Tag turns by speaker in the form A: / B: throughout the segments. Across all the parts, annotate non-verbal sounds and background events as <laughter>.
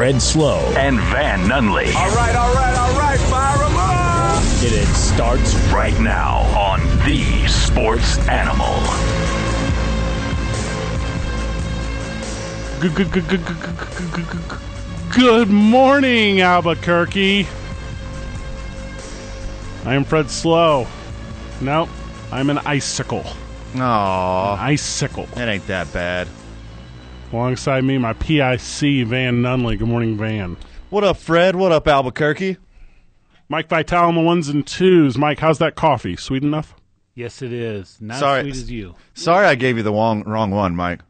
A: Fred Slow.
B: and Van Nunley.
C: All right, all right, all right, fire 'em up!
A: And it starts
B: Right now on The Sports Animal.
D: Good, good, good, good, good, good, good, good, good, good, good morning, Albuquerque. I am Fred Slow. No, I'm an icicle.
E: Aw,
D: Icicle.
E: that ain't that bad.
D: Alongside me, my PIC, Van Nunley. Good morning, Van.
E: What up, Fred? What up, Albuquerque?
D: Mike Vitale on the ones and twos. Mike, how's that coffee? Sweet enough?
F: Yes, it is. Not
E: Sorry.
F: as sweet as you.
E: Sorry I gave you the wrong, wrong one, Mike.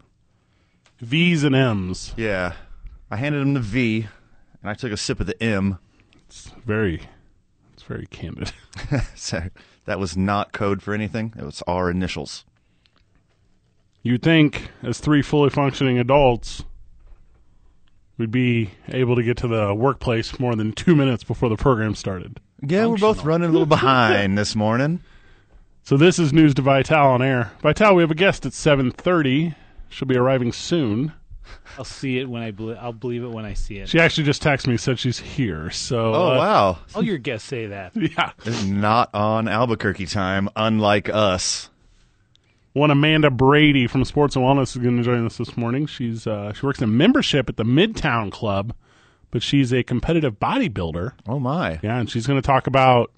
D: V's and M's.
E: Yeah. I handed him the V, and I took a sip of the M. <laughs>
D: It's very, it's very candid. <laughs>
E: So that was not code for anything. It was our initials.
D: You'd think, as three fully functioning adults, we'd be able to get to the workplace more than two minutes before the program started.
E: Yeah, we're both running a little behind this
D: <laughs>
E: morning.
D: So this is news to Vital on air. Vital, we have a guest at seven thirty. She'll be arriving soon.
F: I'll see it when I believe. I'll believe it when I see it.
D: She actually just texted me, said she's here. So,
E: Oh,
D: uh,
E: wow.
F: All your guests say
D: <laughs>
F: that.
D: yeah.
E: It's not on Albuquerque time, unlike us.
D: One Amanda Brady from Sports and Wellness is going to join us this morning. She's uh, she works in membership at the Midtown Club, but she's a competitive bodybuilder.
E: Oh, my.
D: Yeah, and she's going to talk about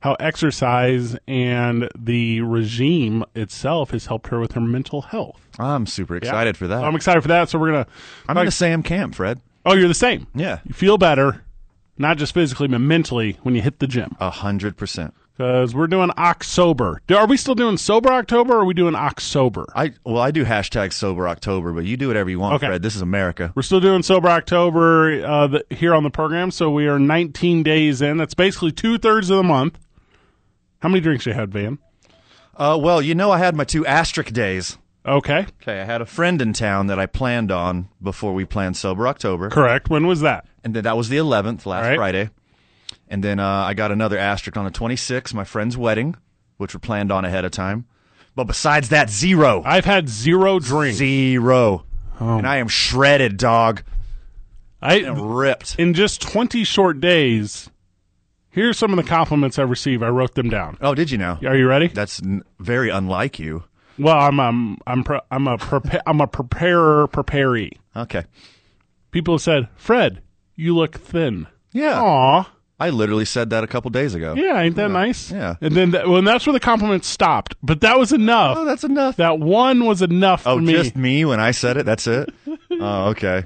D: how exercise and the regime itself has helped her with her mental health.
E: I'm super excited for that.
D: I'm
E: I'm,
D: excited for that. So we're gonna.
E: in the Sam camp, Fred.
D: Oh, you're the same.
E: Yeah.
D: You feel better, not just physically but mentally when you hit the gym.
E: A hundred percent.
D: Because we're doing October. Are we still doing sober October? or Are we doing October?
E: I well, I do hashtag sober October, but you do whatever you want,
D: Okay.
E: Fred. This is America.
D: We're still doing Sober October uh, the, here on the program, so we are 19 days in. That's basically two thirds of the month. How many drinks you had, Van?
E: Uh, well, you know, I had my two asterisk days.
D: Okay,
E: Okay, I had a friend in town that I planned on before we planned sober October,
D: correct. When was that?
E: and then that was the 11th, last
D: All right.
E: Friday. And then uh, I got another asterisk on the 26th, my friend's wedding, which were planned on ahead of time. But besides that, zero,
D: I've had zero drinks.
E: zero, and I am shredded, dog,
D: I
E: and ripped.
D: in just 20 short days. Here's some of the compliments I received. I wrote them down.
E: Oh, did you know?
D: Are you ready?
E: That's n- very unlike you.
D: Well, I'm um, I'm pre- I'm a prepa- I'm a preparer preparee.
E: Okay,
D: People have said, "Fred, you look thin."
E: yeah,
D: Aw,
E: I literally said that a couple days ago.
D: yeah, ain't that nice?
E: yeah.
D: And then that, well, and that's where the compliments stopped. But that was enough.
E: Oh, that's enough.
D: that one was enough
E: Oh,
D: for me.
E: just me when I said it. That's
D: <laughs>
E: it. oh, okay.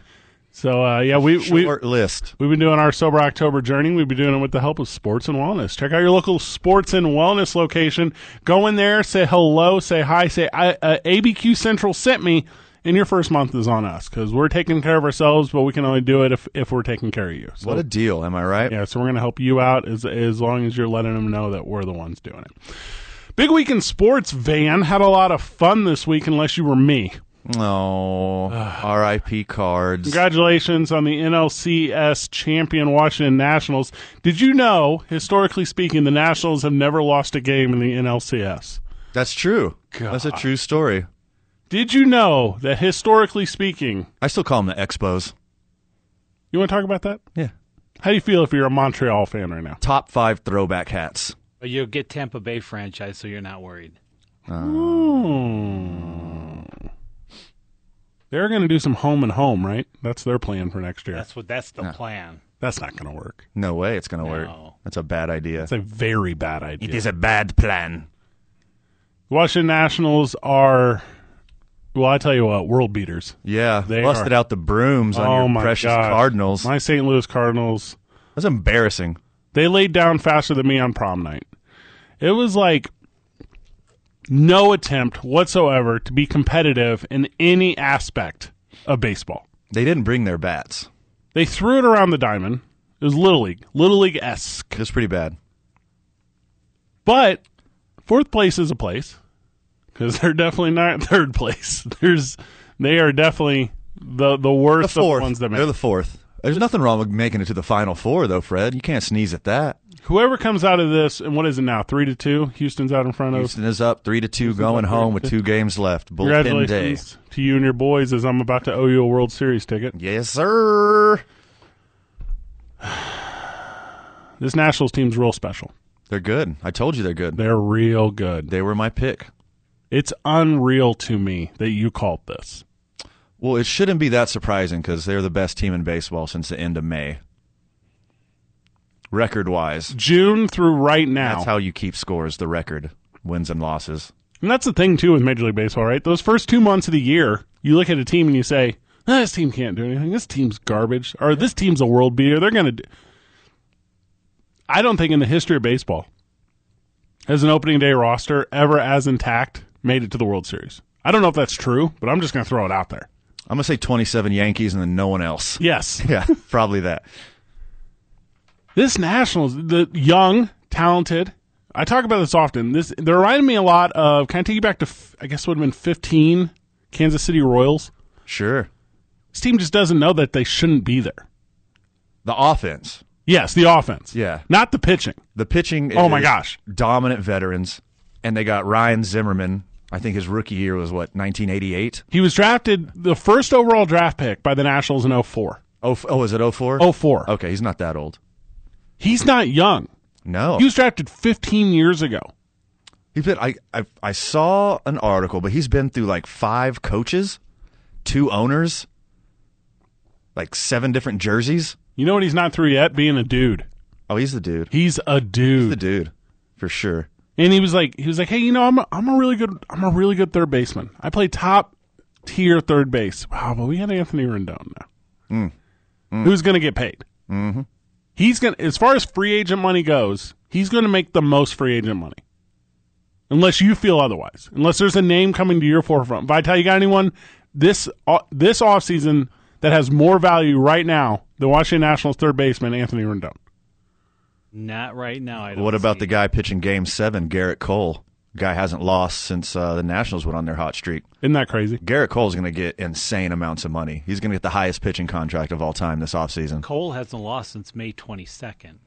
D: so uh, yeah, we we
E: Short list.
D: We've been doing our Sober October journey. We've been doing it with the help of Sports and Wellness. Check out your local Sports and Wellness location. Go in there, say hello, say hi, say I, uh, ABQ Central sent me, and your first month is on us because we're taking care of ourselves, but we can only do it if, if we're taking care of you. So,
E: What a deal, am I right?
D: yeah, so we're going to help you out as as long as you're letting them know that we're the ones doing it. Big week in sports, Van. Had a lot of fun this week, unless you were me. <sighs>
E: Oh, R.I.P. cards.
D: Congratulations on the NLCS champion Washington Nationals. Did you know, historically speaking, the Nationals have never lost a game in the NLCS?
E: That's true. That's a true story.
D: Did you know that historically speaking,
E: I still call them the Expos.
D: you want to talk about that?
E: Yeah.
D: How do you feel if you're a Montreal fan right now?
E: Top five throwback hats.
F: But you'll get Tampa Bay franchise, so you're not worried.
D: Hmm. They're going to do some home and home, right? That's their plan for next year. That's,
F: That's what. That's the plan.
D: not going to work.
E: No way it's going to work.
F: No.
E: That's a bad idea.
D: It's a very bad idea.
E: It is a bad plan.
D: Washington Nationals are, well, I tell you what, world beaters.
E: Yeah.
D: They
E: busted
D: are-
E: out the brooms on
D: oh
E: your
D: my
E: precious
D: gosh.
E: Cardinals.
D: My St. Louis Cardinals.
E: That's embarrassing.
D: They laid down faster than me on prom night. It was like no attempt whatsoever to be competitive in any aspect of baseball.
E: They didn't bring their bats.
D: They threw it around the diamond. It was Little League, Little League esque.
E: It's pretty bad.
D: But fourth place is a place because <laughs> they're definitely not in third place. There's, they are definitely the the
E: The
D: worst of
E: fourth.
D: the ones that make.
E: They're the fourth. There's nothing wrong with making it to the final four, though, Fred. You can't sneeze at that.
D: Whoever comes out of this, and what is it now? Three to two. Houston's out in front of.
E: Houston is up three to two, going home with two games left. Bullpen day.
D: Congratulations to you and your boys as I'm about to owe you a World Series ticket.
E: Yes, sir.
D: This Nationals team's real special.
E: They're good. I told you they're good.
D: They're real good.
E: They were my pick.
D: It's unreal to me that you called this.
E: Well, it shouldn't be that surprising because they're the best team in baseball since the end of May. Record wise,
D: June through right now.
E: that's how you keep scores the record, wins and losses.
D: And that's the thing too with Major League Baseball, right? Those first two months of the year, you look at a team and you say, "Ah, "This team can't do anything. This team's garbage," or "This team's a world beater. They're gonna." Do-. I don't think in the history of baseball has an opening day roster ever as intact made it to the World Series. I don't know if that's true, but I'm just gonna throw it out there.
E: I'm going to say 27 Yankees and then no one else. <laughs>
D: Yes, <laughs>
E: Yeah, probably that.
D: this Nationals, the young, talented. I talk about this often. This they reminded me a lot of. Can I take you back to? f- I guess it would have been 15 Kansas City Royals.
E: Sure.
D: This team just doesn't know that they shouldn't be there.
E: The offense,
D: Yes, the offense.
E: Yeah.
D: Not the pitching.
E: the pitching.
D: Oh, my
E: is
D: gosh.
E: Dominant veterans, and they got Ryan Zimmerman. I think his rookie year was what 1988.
D: He was drafted the first overall draft pick by the Nationals in 04.
E: Oh, f- oh, is it 04?
D: 04.
E: Okay, he's not that old.
D: He's not young.
E: No,
D: He was drafted 15 years ago.
E: He's been. I, I I saw an article, but he's been through like five coaches, two owners, like seven different jerseys.
D: You know what he's not through yet? Being a dude.
E: Oh, he's the dude.
D: He's a
E: He's the
D: dude.
E: dude for sure.
D: And he was like he was like, "Hey, you know, I'm a, I'm a really good I'm a really good third baseman. I play top tier third base. Wow, but we had Anthony Rendon now. Who's going to get paid? Mm-hmm. He's going to as far as free agent money goes, he's going to make the most free agent money. Unless you feel otherwise. Unless there's a name coming to your forefront. Vital, you got anyone this uh, this offseason that has more value right now than Washington Nationals third baseman Anthony Rendon?
F: Not right now. I don't
E: What about
F: see
E: the guy pitching Game Seven, Garrett Cole? Guy hasn't lost since uh, the Nationals went on their hot streak.
D: Isn't that crazy?
E: Garrett Cole's going to get insane amounts of money. He's going to get the highest pitching contract of all time this offseason.
F: Cole hasn't lost since May 22nd.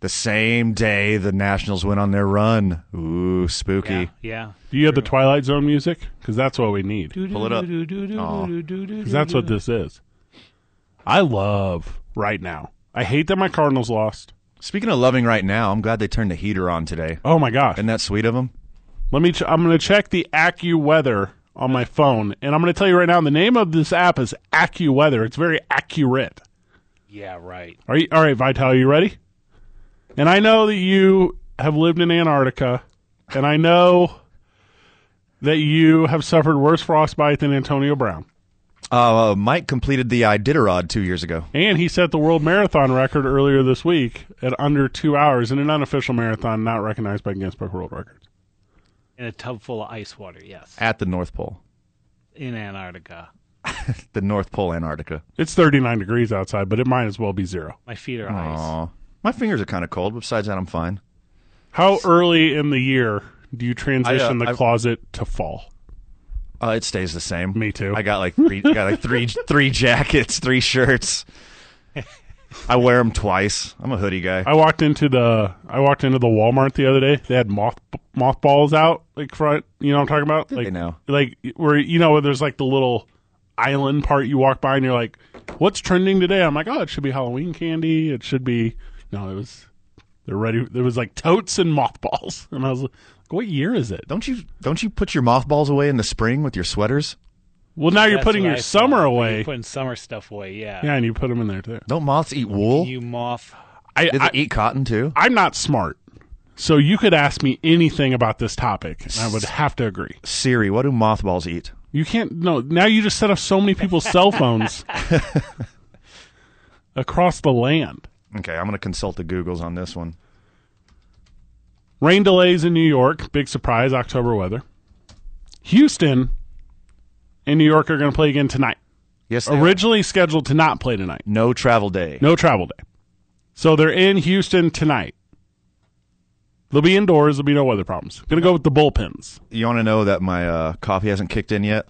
E: The same day the Nationals went on their run. Ooh, spooky.
F: Yeah. yeah.
D: Do you have the Twilight Zone music? Because that's what we need.
E: Pull it up. Aw.
D: Because that's what this is. I love right now. I hate that my Cardinals lost.
E: Speaking of loving right now, I'm glad they turned the heater on today.
D: Oh my gosh!
E: Isn't that sweet of them?
D: Let me. Ch- I'm going to check the AccuWeather on my phone, and I'm going to tell you right now. The name of this app is AccuWeather. It's very accurate.
F: Yeah, right.
D: Are you all right, Vital? You ready? And I know that you have lived in Antarctica, and I know that you have suffered worse frostbite than Antonio Brown.
E: Uh, Mike completed the Iditarod two years ago.
D: And he set the world marathon record earlier this week at under two hours in an unofficial marathon not recognized by Guinness Book of World Records.
F: In a tub full of ice water, yes.
E: at the North Pole,
F: In Antarctica.
E: the North Pole, Antarctica.
D: It's 39 degrees outside, but it might as well be zero.
F: My feet are ice.
E: Aw. My fingers are kind of cold, but besides that, I'm fine.
D: How early in the year do you transition
E: I, uh,
D: the
E: I've-
D: closet to fall?
E: Uh, it stays the same.
D: Me too.
E: I got like three, got like
D: <laughs>
E: three, three jackets, three shirts. I wear them twice. I'm a hoodie guy.
D: I walked into the I walked into the Walmart the other day. They had moth mothballs out like front. You know what I'm talking about? Like
E: they now?
D: like where you know where there's like the little island part you walk by and you're like, what's trending today? I'm like, oh, it should be Halloween candy. It should be no, it was they're ready. There was like totes and mothballs, <laughs> and I was like, what year is it?
E: Don't you don't you put your mothballs away in the spring with your sweaters?
D: Well, now you're
F: That's
D: putting
F: what
D: your
F: I
D: summer
F: thought.
D: away.
F: You're putting summer stuff away, yeah.
D: yeah, and you put them in there too.
E: Don't moths eat wool?
F: You moth.
D: I,
E: Do they
D: I
E: eat cotton too?
D: I'm not smart, so you could ask me anything about this topic, and I would have to agree.
E: Siri, what do mothballs eat?
D: You can't. No, now you just set up so many people's cell phones across the land.
E: Okay, I'm gonna consult the Googles on this one.
D: Rain delays in New York. Big surprise. October weather. Houston and New York are going to play again tonight.
E: Yes, they are.
D: Originally scheduled to not play tonight.
E: no travel day.
D: No travel day. So they're in Houston tonight. They'll be indoors. There'll be no weather problems. Going to go with the bullpens.
E: You want to know that my uh, coffee hasn't kicked in yet?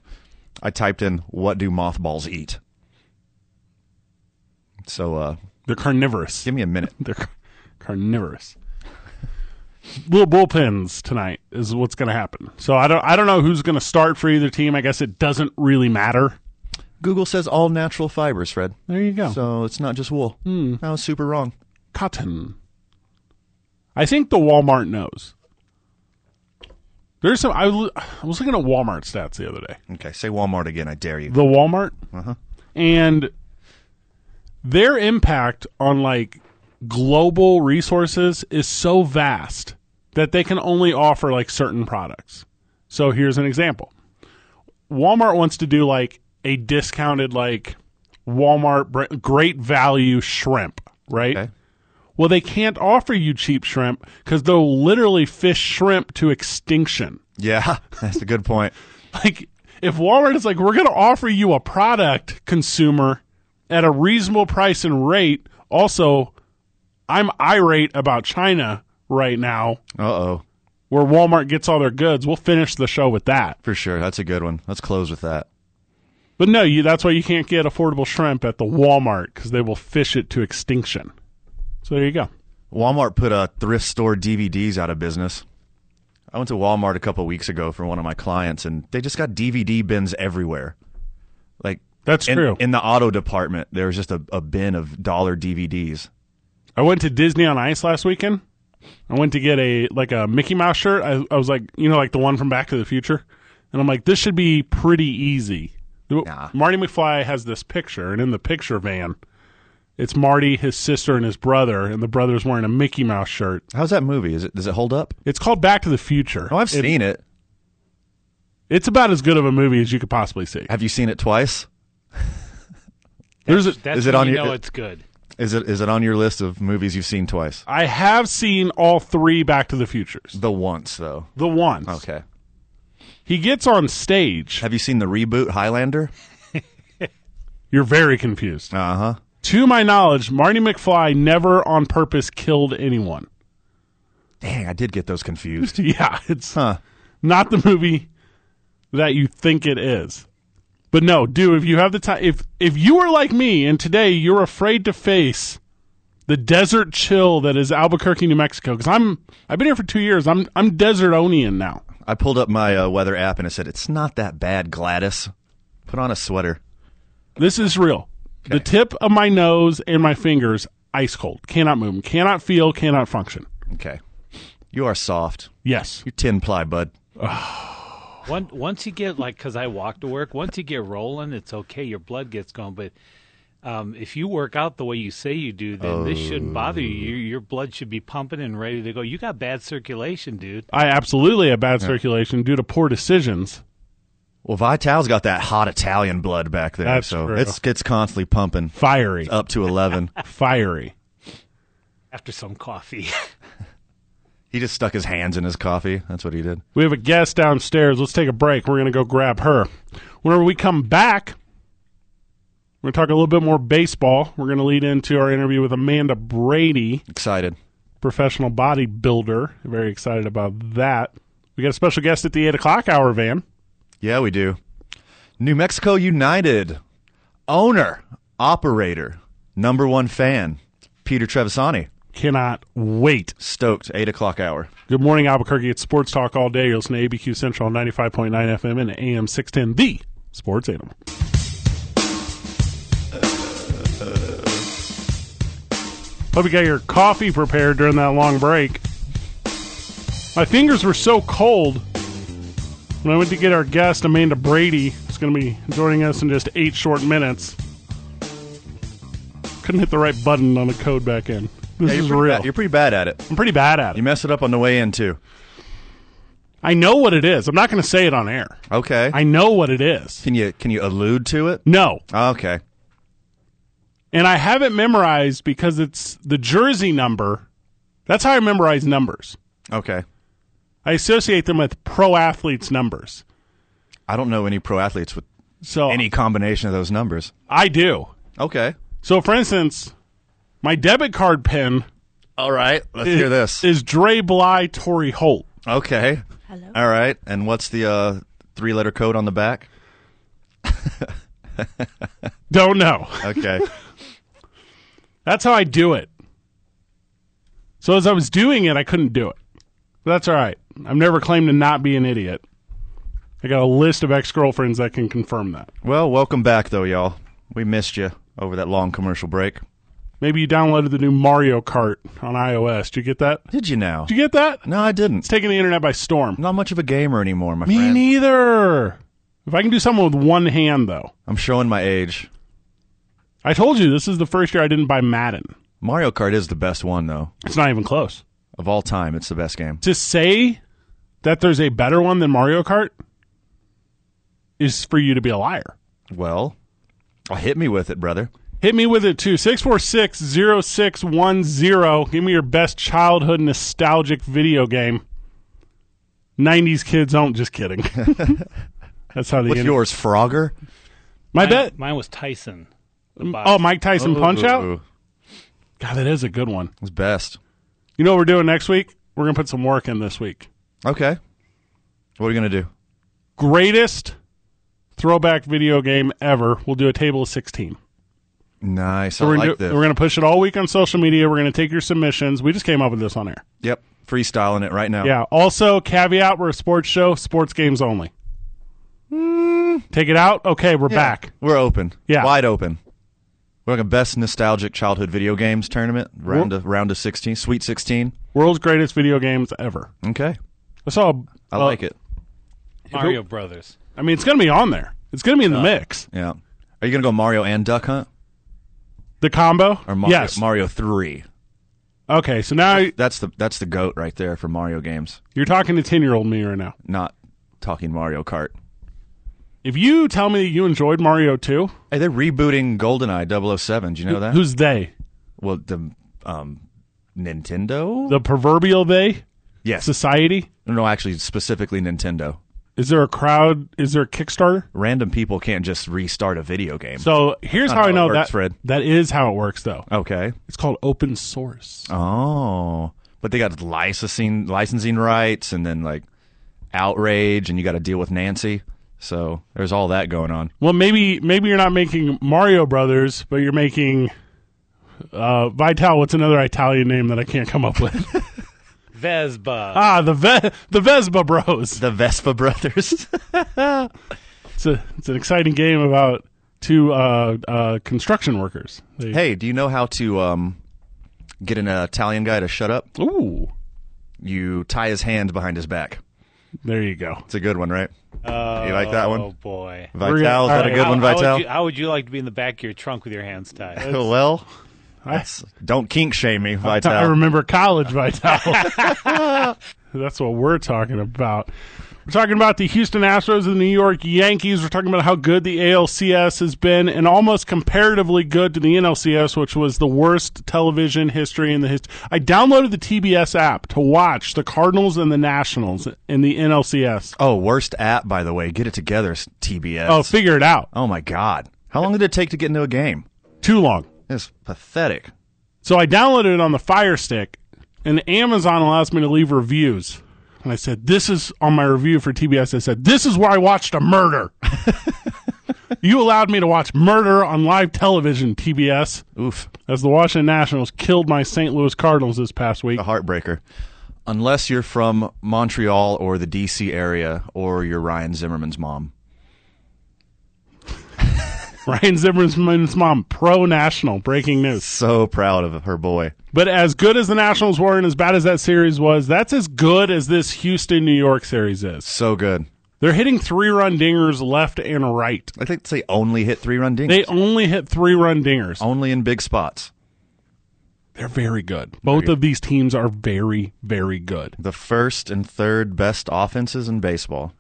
E: I typed in "What do mothballs eat?" So uh,
D: They're carnivorous.
E: give me a minute.
D: <laughs> They're car- carnivorous. Little bullpens tonight is what's going to happen. So I don't I don't know who's going to start for either team. I guess it doesn't really matter.
E: Google says all natural fibers, Fred.
D: There you go. Hmm.
E: So it's not just wool. Mm. I was super wrong.
D: Cotton. I think the Walmart knows. There's some. I, l- I was looking at Walmart stats the other day.
E: Okay, say Walmart again. I dare you.
D: The Walmart. And their impact on like global resources is so vast that they can only offer like certain products. So here's an example. Walmart wants to do like a discounted like Walmart br- great value shrimp, right?
E: Okay.
D: Well, they can't offer you cheap shrimp because they'll literally fish shrimp to extinction.
E: Yeah, <laughs> that's a good point.
D: Like, if Walmart is like, we're going to offer you a product, consumer, at a reasonable price and rate. Also, I'm irate about China right now,
E: Uh oh,
D: where Walmart gets all their goods. We'll finish the show with that.
E: for sure. That's a good one. Let's close with that.
D: But no, you, that's why you can't get affordable shrimp at the Walmart because they will fish it to extinction. So there you go.
E: Walmart put uh, thrift store DVDs out of business. I went to Walmart a couple weeks ago for one of my clients, and they just got DVD bins everywhere. Like
D: That's
E: in,
D: true.
E: In the auto department, there was just a, a bin of dollar DVDs.
D: I went to Disney on Ice last weekend. I went to get a like a Mickey Mouse shirt. I, I was like, you know, like the one from Back to the Future, and I'm like, this should be pretty easy.
E: Nah.
D: Marty McFly has this picture, and in the picture van, it's Marty, his sister, and his brother, and the brother's wearing a Mickey Mouse shirt.
E: How's that movie? Is it does it hold up?
D: It's called Back to the Future.
E: Oh, I've seen it.
D: It's about as good of a movie as you could possibly see.
E: Have you seen it twice?
D: <laughs> There's a,
F: That's
E: Is it
F: when
E: on
F: you
E: your-
F: know it's good.
E: Is it is it on your list of movies you've seen twice?
D: I have seen all three Back to the Futures.
E: The once though.
D: The once
E: Okay.
D: he gets on stage,
E: Have you seen the reboot Highlander?
D: you're very confused.
E: Uh huh.
D: To my knowledge, Marty McFly never on purpose killed anyone. <laughs>
E: Dang, I did get those confused. <laughs>
D: Yeah, it's
E: Huh.
D: not the movie that you think it is. But no, do if you have the time if if you are like me and today you're afraid to face the desert chill that is Albuquerque, New Mexico cuz I'm I've been here for 2 years. I'm I'm desert onion now.
E: I pulled up my uh, weather app and it said, "It's not that bad, Gladys. Put on a sweater."
D: This is real. The tip of my nose and my fingers ice cold. Cannot move, 'em, cannot feel, cannot function.
E: Okay. You are soft.
D: Yes.
E: You tin ply, bud.
F: One, once you get like, because I walk to work. Once you get rolling, it's okay. Your blood gets going, but um, if you work out the way you say you do, then this shouldn't bother you. Your, your blood should be pumping and ready to go. You got bad circulation, dude.
D: I absolutely have bad circulation due to poor decisions.
E: Well, Vital's got that hot Italian blood back there,
D: That's
E: so
D: true.
E: it's it's constantly pumping
D: Fiery.
E: up to eleven.
D: Uh,
E: <laughs>
D: Fiery.
F: After some coffee,
E: he just stuck his hands in his coffee. That's what he did.
D: We have a guest downstairs. Let's take a break. We're going to go grab her. Whenever we come back, we're going to talk a little bit more baseball. We're going to lead into our interview with Amanda Brady,
E: Excited.
D: professional bodybuilder. Very excited about that. We got a special guest at the 8 o'clock hour, Van.
E: Yeah, we do. New Mexico United owner, operator, number one fan, Peter Trevisani.
D: Cannot wait.
E: Stoked. Eight o'clock hour.
D: Good morning, Albuquerque. It's Sports Talk all day. You're listening to ABQ Central 95.9 FM and AM 610, the sports animal. Hope you got your coffee prepared during that long break. My fingers were so cold when I went to get our guest, Amanda Brady, who's going to be joining us in just eight short minutes. Couldn't hit the right button on the code back in.
E: Yeah,
D: This is
E: you're pretty
D: real.
E: bad- You're pretty bad at it.
D: I'm pretty bad at it.
E: You mess it up on the way in too.
D: I know what it is. I'm not going to say it on air.
E: Okay.
D: I know what it is.
E: can you can you allude to it?
D: No.
E: Okay.
D: And I have it memorized because it's the jersey number. That's how I memorize numbers.
E: Okay.
D: I associate them with pro athletes' numbers.
E: I don't know any pro athletes with
D: So
E: any combination of those numbers.
D: I do.
E: Okay.
D: So, for instance, my debit card pin
E: All right. Let's
D: is,
E: hear this.
D: is Dre Bly Tory Holt.
E: okay.
A: Hello.
E: All right. And what's the uh, three letter code on the back?
D: Don't know. <laughs>
E: Okay.
D: That's how I do it. So as I was doing it, I couldn't do it. But that's all right. I've never claimed to not be an idiot. I got a list of ex girlfriends that can confirm that.
E: well, welcome back though, y'all. We missed you over that long commercial break.
D: Maybe you downloaded the new Mario Kart on iOS. Did you get that?
E: Did you now?
D: Did you get that?
E: No, I didn't.
D: It's taking the internet by storm.
E: Not much of a gamer anymore, my
D: Me
E: friend.
D: neither. If I can do something with one hand, though.
E: I'm showing my age.
D: I told you this is the first year I didn't buy Madden.
E: Mario Kart is the best one though
D: It's not even close.
E: of all time. It's the best game.
D: To say that there's a better one than Mario Kart is for you to be a liar.
E: Well, uh, hit me with it, brother.
D: Hit me with it too. 646 0610. Give me your best childhood nostalgic video game. 90s kids don't.
E: <laughs>
D: Just kidding. That's how the
E: What's
D: internet-
E: yours, Frogger?
D: My
F: Mine-
D: bet.
F: Mine was Tyson. The
E: Mm,
F: box.
D: Oh, Mike Tyson Punch Out?
E: Ooh,
D: God, that is a good one.
E: It's best.
D: You know what we're doing next week? We're going to put some work in this week.
E: Okay. What are you gonna do?
D: Greatest throwback video game ever. We'll do a table of 16.
E: Nice.
D: So
E: I
D: we're
E: like
D: gonna do-
E: this.
D: we're going to push it all week on social media. We're going to take your submissions. We just came up with this on air.
E: Yep. Freestyling it right now.
D: Yeah. Also, caveat: we're a sports show, sports games only.
E: Hmm.
D: Take it out. Okay, we're back.
E: We're open.
D: Yeah.
E: Wide open. We're like a best nostalgic childhood video games tournament. Round of round of sixteen. Sweet sixteen.
D: World's greatest video games ever.
E: Okay.
D: I saw.
E: I like it.
F: Mario Brothers.
D: I mean, it's going to be on there. It's going to be
E: Uh,
D: in the mix.
E: Yeah. Are you gonna go Mario and Duck Hunt?
D: The combo.
E: Or Mario
D: yes.
E: Mario three.
D: okay. So now
E: That's the that's the goat right there for Mario games.
D: you're talking to ten year old me right now.
E: Not talking Mario Kart.
D: If you tell me that you enjoyed Mario Two,
E: Hey, they're rebooting GoldenEye 007. Do you know that?
D: who's they?
E: well, the um, Nintendo.
D: The proverbial they
E: yes.
D: society.
E: no, no, actually, specifically Nintendo.
D: Is there a crowd? Is there a Kickstarter?
E: Random people can't just restart a video game.
D: So here's
E: Not
D: how I
E: how it
D: know
E: works,
D: that
E: Fred.
D: that is how it works though.
E: okay.
D: It's called open source.
E: Oh, but they got licensing licensing rights, and then like outrage, and you got to deal with Nancy. So there's all that going on.
D: Well, maybe maybe you're not making Mario Brothers, but you're making uh, Vital. What's another Italian name that I can't come up with? <laughs>
F: Vespa.
D: ah, the Ve- the Vespa Bros.
E: The Vespa <laughs> Brothers.
D: It's a, it's an exciting game about two uh, uh, construction workers. They,
E: hey, do you know how to um, get an Italian guy to shut up?
D: Ooh,
E: You tie his hand behind his back.
D: there you go.
E: It's a good one, right? you like that
F: Oh
E: one?
F: boy.
E: Vital,
D: We're
E: is
D: gonna-
E: that a
D: all
E: good
F: how,
E: one,
F: how would
E: Vital? Uh,
F: you- how would you like to be in the back of your trunk with your hands tied?
E: well, that's, don't kink shame me, uh, Vital.
D: I remember college Vital. <laughs> That's what we're talking about. We're talking about the Houston Astros and the New York Yankees. We're talking about how good the ALCS has been and almost comparatively good to the NLCS, which was the worst television history in the history. I downloaded the TBS app to watch the Cardinals and the Nationals in the NLCS.
E: oh, worst app, by the way. Get it together, s- TBS.
D: Oh, figure it out.
E: Oh, my God. How long did it take to get into a game?
D: Too long.
E: It's pathetic.
D: So I downloaded it on the Fire Stick, and Amazon allows me to leave reviews. And I said, This is on my review for TBS. I said, This is where I watched a murder. you allowed me to watch murder on live television, TBS,
E: Oof,
D: as the Washington Nationals killed my St. Louis Cardinals this past week.
E: a heartbreaker. Unless you're from Montreal or the D.C. area or you're Ryan Zimmerman's mom.
D: Ryan Zimmerman's mom, pro national, breaking news.
E: So proud of her boy.
D: But as good as the Nationals were and as bad as that series was, that's as good as this Houston New York series is.
E: So good.
D: They're hitting three run dingers left and right.
E: I think they only hit three run dingers.
D: They only hit three run dingers.
E: only in big spots.
D: Oh, They're very good. Both of these teams are very, very good.
E: the first and third best offenses in baseball.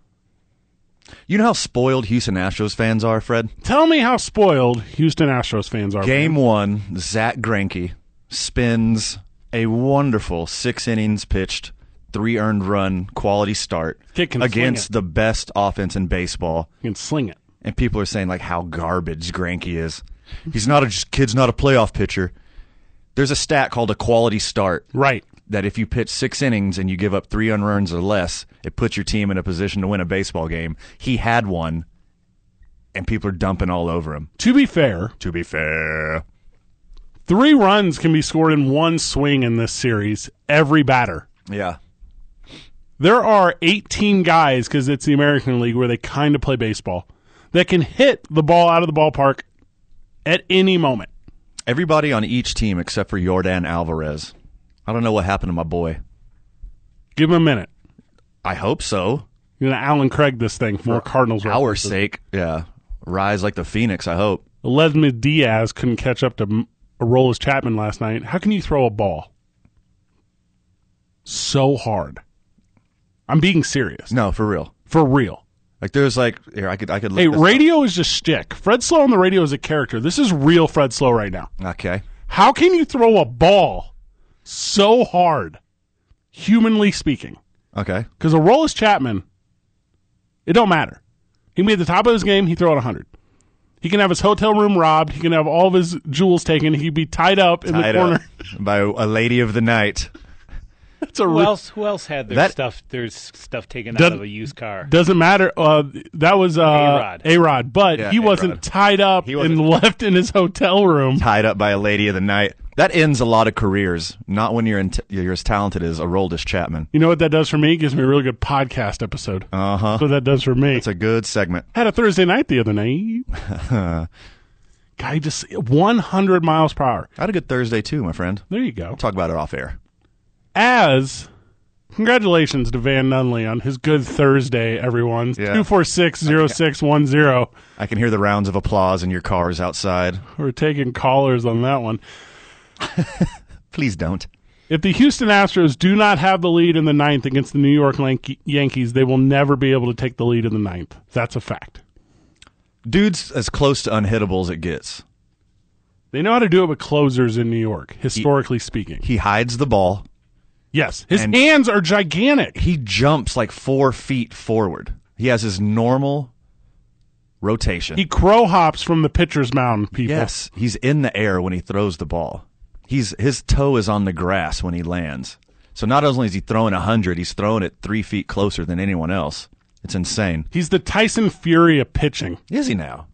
E: You know how spoiled Houston Astros fans are, Fred?
D: Tell me how spoiled Houston Astros fans are.
E: Game one, Zach Granke spins a wonderful six innings pitched, three earned run quality start
D: Kid can
E: against
D: sling
E: the best offense in baseball.
D: You can sling it.
E: And people are saying like how garbage Granke is. He's not a just kid's not a playoff pitcher. There's a stat called a quality start
D: Right.
E: that if you pitch six innings and you give up three runs or less, it puts your team in a position to win a baseball game. He had one, and people are dumping all over him.
D: To be fair,
E: To be fair,
D: three runs can be scored in one swing in this series, every batter.
E: yeah,
D: There are 18 guys, because it's the American League where they kind of play baseball, that can hit the ball out of the ballpark at any moment.
E: Everybody on each team except for Jordan Alvarez. I don't know what happened to my boy.
D: Give him a minute.
E: I hope so.
D: You're gonna Alan Craig this thing for more Cardinals.
E: Our
D: references.
E: sake. Yeah. Rise like the Phoenix, I hope.
D: Leslie Diaz couldn't catch up to M- Arolas Chapman last night. How can you throw a ball so hard? I'm being serious.
E: No, for real.
D: For real.
E: Like there's like here I could I could look
D: Hey,
E: this
D: radio is just shtick. Fred Slow on the radio is a character. This is real Fred Slow right now.
E: up. Okay.
D: How can you throw a ball so hard, humanly speaking?
E: Okay.
D: Because Arolas Chapman, it don't matter. He can be at the top of his game. He throw it 100. He can have his hotel room robbed. He can have all of his jewels taken. He could be tied up in
E: Tied
D: the corner.
E: <laughs> up by a lady of the night.
D: That's a
F: Who
D: ri-
F: else? Who else had their
E: That-
F: stuff? Their stuff taken out
D: Doesn't-
F: of a used car.
D: doesn't matter. Uh, that was uh,
F: A-Rod.
D: A-Rod, but
E: Yeah,
D: he wasn't
E: A-Rod.
D: tied up
E: wasn't-
D: and <laughs> left in his hotel room.
E: Tied up by a lady of the night. That ends a lot of careers. Not when you're in you're as talented as Aroldis Chapman.
D: You know what that does for me? Gives me a really good podcast episode.
E: Uh huh.
D: That's what that does for me.
E: It's a good segment.
D: Had a Thursday night the other night.
E: <laughs>
D: Guy just 100 miles per hour.
E: I had a good Thursday too, my friend.
D: There you go.
E: Talk about it off air.
D: As congratulations to Van Nunley on his good Thursday, everyone.
E: Yeah.
D: Two four six zero six one zero.
E: I can hear the rounds of applause in your cars outside.
D: We're taking callers on that one.
E: Please don't.
D: If the Houston Astros do not have the lead in the ninth against the New York Lank- Yankees, they will never be able to take the lead in the ninth. That's a fact.
E: Dude's as close to unhittable as it gets.
D: They know how to do it with closers in New York, historically speaking.
E: He hides the ball.
D: Yes, his
E: And-
D: hands are gigantic.
E: He jumps like four feet forward. He has his normal rotation.
D: He crow hops from the pitcher's mound, people.
E: yes, he's in the air when he throws the ball. He's his toe is on the grass when he lands. So not only is he throwing a hundred, he's throwing it three feet closer than anyone else. It's insane.
D: He's the Tyson Fury of pitching.
E: Is he now?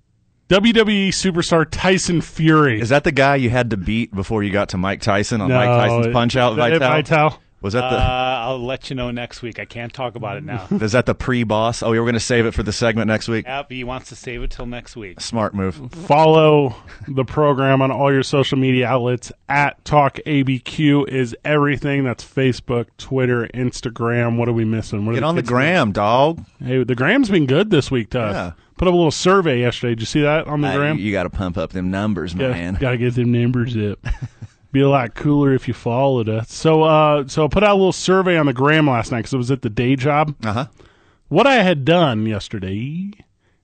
D: WWE superstar Tyson Fury.
E: Is that the guy you had to beat before you got to Mike Tyson on Mike
D: No,
E: Tyson's punch out?
D: is that it, Vitale?
E: Was that the?
F: Uh, I'll let you know next week. I can't talk about
E: <laughs>
F: it now.
E: Is that the pre-boss? Oh, we were going to save it for the segment next week.
F: Yep, he wants to save it till next week.
E: Smart move.
D: Follow the program on all your social media outlets. At Talk ABQ is everything. That's Facebook, Twitter, Instagram. What are we missing? What are
E: Get on the
D: kids
E: gram, dog.
D: doing? Hey, the gram's been good this week to us.
E: Yeah.
D: Put up a little survey yesterday. Did you see that on the
E: Uh,
D: gram?
E: you got to pump up them numbers,
D: Yeah,
E: man.
D: Gotta get them numbers up. Be a lot cooler if you followed us. So, uh, so I put out a little survey on the gram last night because it was at the day job.
E: Uh huh.
D: What I had done yesterday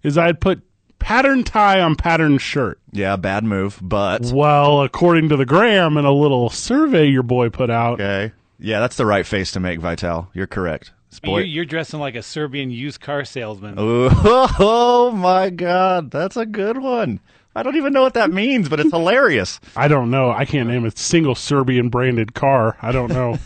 D: is I had put pattern tie on pattern shirt.
E: Yeah, bad move, but
D: Well, according to the gram and a little survey your boy put out,
E: okay. Yeah, that's the right face to make, Vital. You're correct. This
F: You're,
E: Boy.
F: you're dressing like a Serbian used car salesman.
E: Oh, <laughs> oh my God, that's a good one. I don't even know what that means, but
D: <laughs>
E: it's hilarious.
D: I don't know. I can't name a single Serbian branded car. I don't
E: <laughs>
D: know.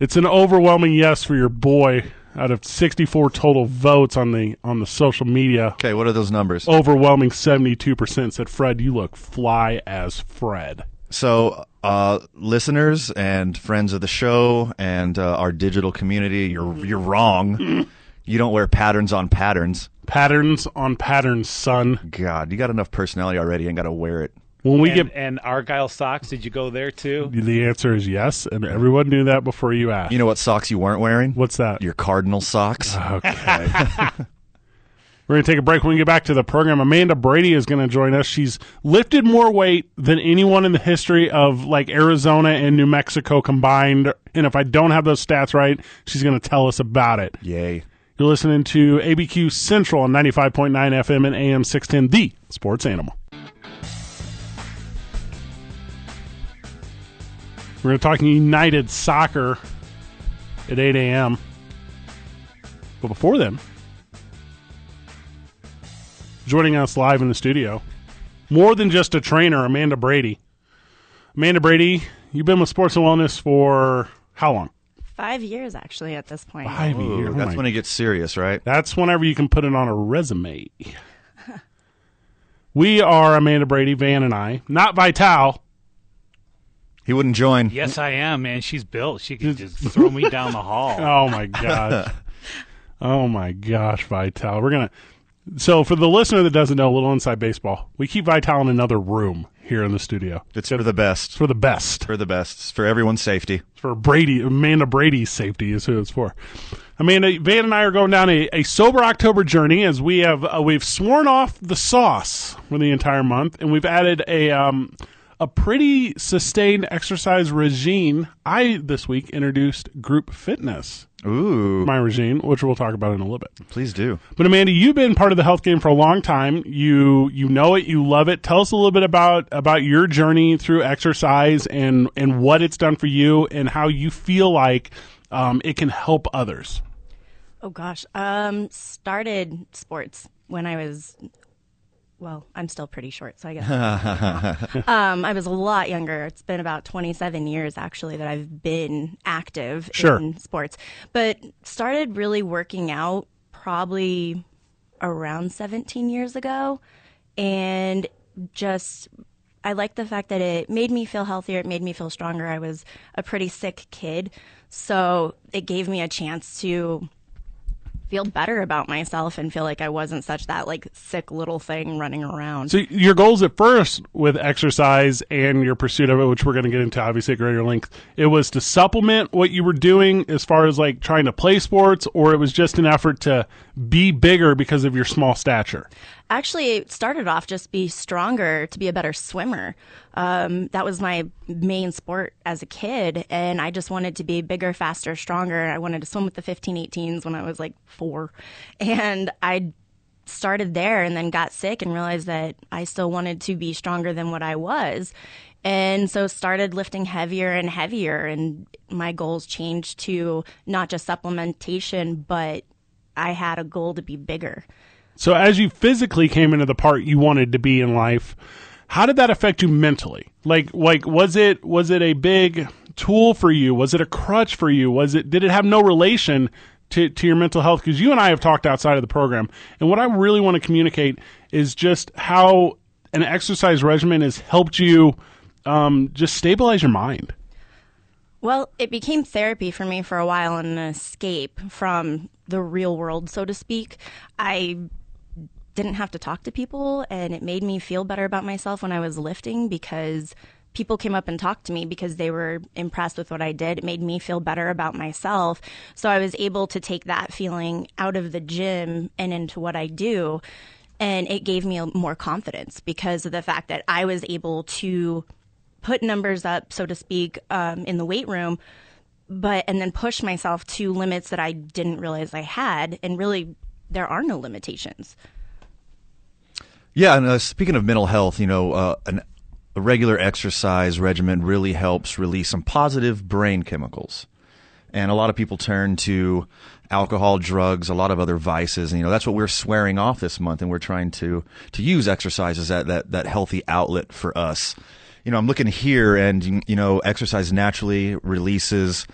D: it's an overwhelming yes for your boy out of 64 total votes on the on the social media.
E: Okay, what are those numbers?
D: Oh. Overwhelming 72% said Fred, you look fly as Fred.
E: So, uh, listeners and friends of the show and uh, our digital community, you're you're wrong. you don't wear patterns on patterns.
D: Patterns on patterns, son.
E: God, you got enough personality already and got to wear it.
D: When we
F: and,
D: get
F: and Argyle socks, did you go
E: <laughs>
F: there too?
D: the answer is yes, and everyone knew that before you asked.
E: You know what socks you weren't wearing?
D: What's that?
E: Your cardinal socks.
D: Okay. We're going to take a break. When we get back to the program, Amanda Brady is going to join us. She's lifted more weight than anyone in the history of like Arizona and New Mexico combined. And if I don't have those stats right, she's going to tell us about it.
E: Yay.
D: You're listening to ABQ Central on 95.9 FM and AM 610, the sports animal. We're going to talk United Soccer at 8 a.m. But before then, joining us live in the studio, more than just a trainer, Amanda Brady. Amanda Brady, you've been with Sports and Wellness for how long?
A: Five years actually at this point.
D: Five
E: Ooh,
D: years. Oh
E: that's
D: my
E: when it gets serious, right?
D: that's whenever you can put it on a resume. <laughs> we are Amanda Brady, Van, and I. Not Vital.
E: He wouldn't join.
F: Yes, I am, man. She's built. She can just throw me
E: <laughs>
F: down the hall.
D: Oh my gosh. oh my gosh, Vital. We're gonna So, for the listener that doesn't know, a little inside baseball, we keep Vital in another room here in the studio.
E: It's for the best.
D: It's for the best.
E: For the best. It's for everyone's safety.
D: for Brady, Amanda Brady's safety is who it's for. Amanda, Van and I are going down a, a sober October journey as we have uh, we've sworn off the sauce for the entire month, and we've added a um, a pretty sustained exercise regime. I this week introduced group fitness,
E: Ooh,
D: my regime, which we'll talk about in a little bit.
E: please do.
D: But Amanda, you've been part of the health game for a long time. You you know it, you love it. Tell us a little bit about about your journey through exercise and and what it's done for you and how you feel like um, it can help others.
A: Oh gosh, um, started sports when I was. Well, I'm still pretty short, so I guess. um, I was a lot younger. It's been about 27 years actually that I've been active
D: Sure.
A: in sports, but started really working out probably around 17 years ago, and just. I liked the fact that it made me feel healthier. It made me feel stronger. I was a pretty sick kid. So it gave me a chance to feel better about myself and feel like I wasn't such that like sick little thing running around.
D: So your goals at first with exercise and your pursuit of it, which we're going to get into obviously at greater length, it was to supplement what you were doing as far as like trying to play sports, or it was just an effort to be bigger because of your small stature.
A: Actually, it started off just be stronger to be a better swimmer. Um, that was my main sport as a kid, and I just wanted to be bigger, faster, stronger. I wanted to swim with the 15 18s when I was like four, and I started there and then got sick and realized that I still wanted to be stronger than what I was. And so started lifting heavier and heavier and my goals changed to not just supplementation but I had a goal to be bigger.
D: So as you physically came into the part you wanted to be in life, how did that affect you mentally? Like like was it was it a big tool for you? Was it a crutch for you? Was it did it have no relation to, to your mental health? Because you and I have talked outside of the program. And what I really want to communicate is just how an exercise regimen has helped you um, just stabilize your mind.
A: Well, it became therapy for me for a while and an escape from the real world, so to speak. I didn't have to talk to people, and it made me feel better about myself when I was lifting because people came up and talked to me because they were impressed with what I did. It made me feel better about myself. So I was able to take that feeling out of the gym and into what I do. And it gave me a- more confidence because of the fact that I was able to put numbers up, so to speak, um, in the weight room, but and then push myself to limits that I didn't realize I had, and really there are no limitations.
E: Yeah, and uh, speaking of mental health, you know, uh, an, a regular exercise regimen really helps release some positive brain chemicals. And a lot of people turn to alcohol, drugs, a lot of other vices, and you know that's what we're swearing off this month, and we're trying to to use exercise as that that, that healthy outlet for us. You know, I'm looking here, and you know, exercise naturally releases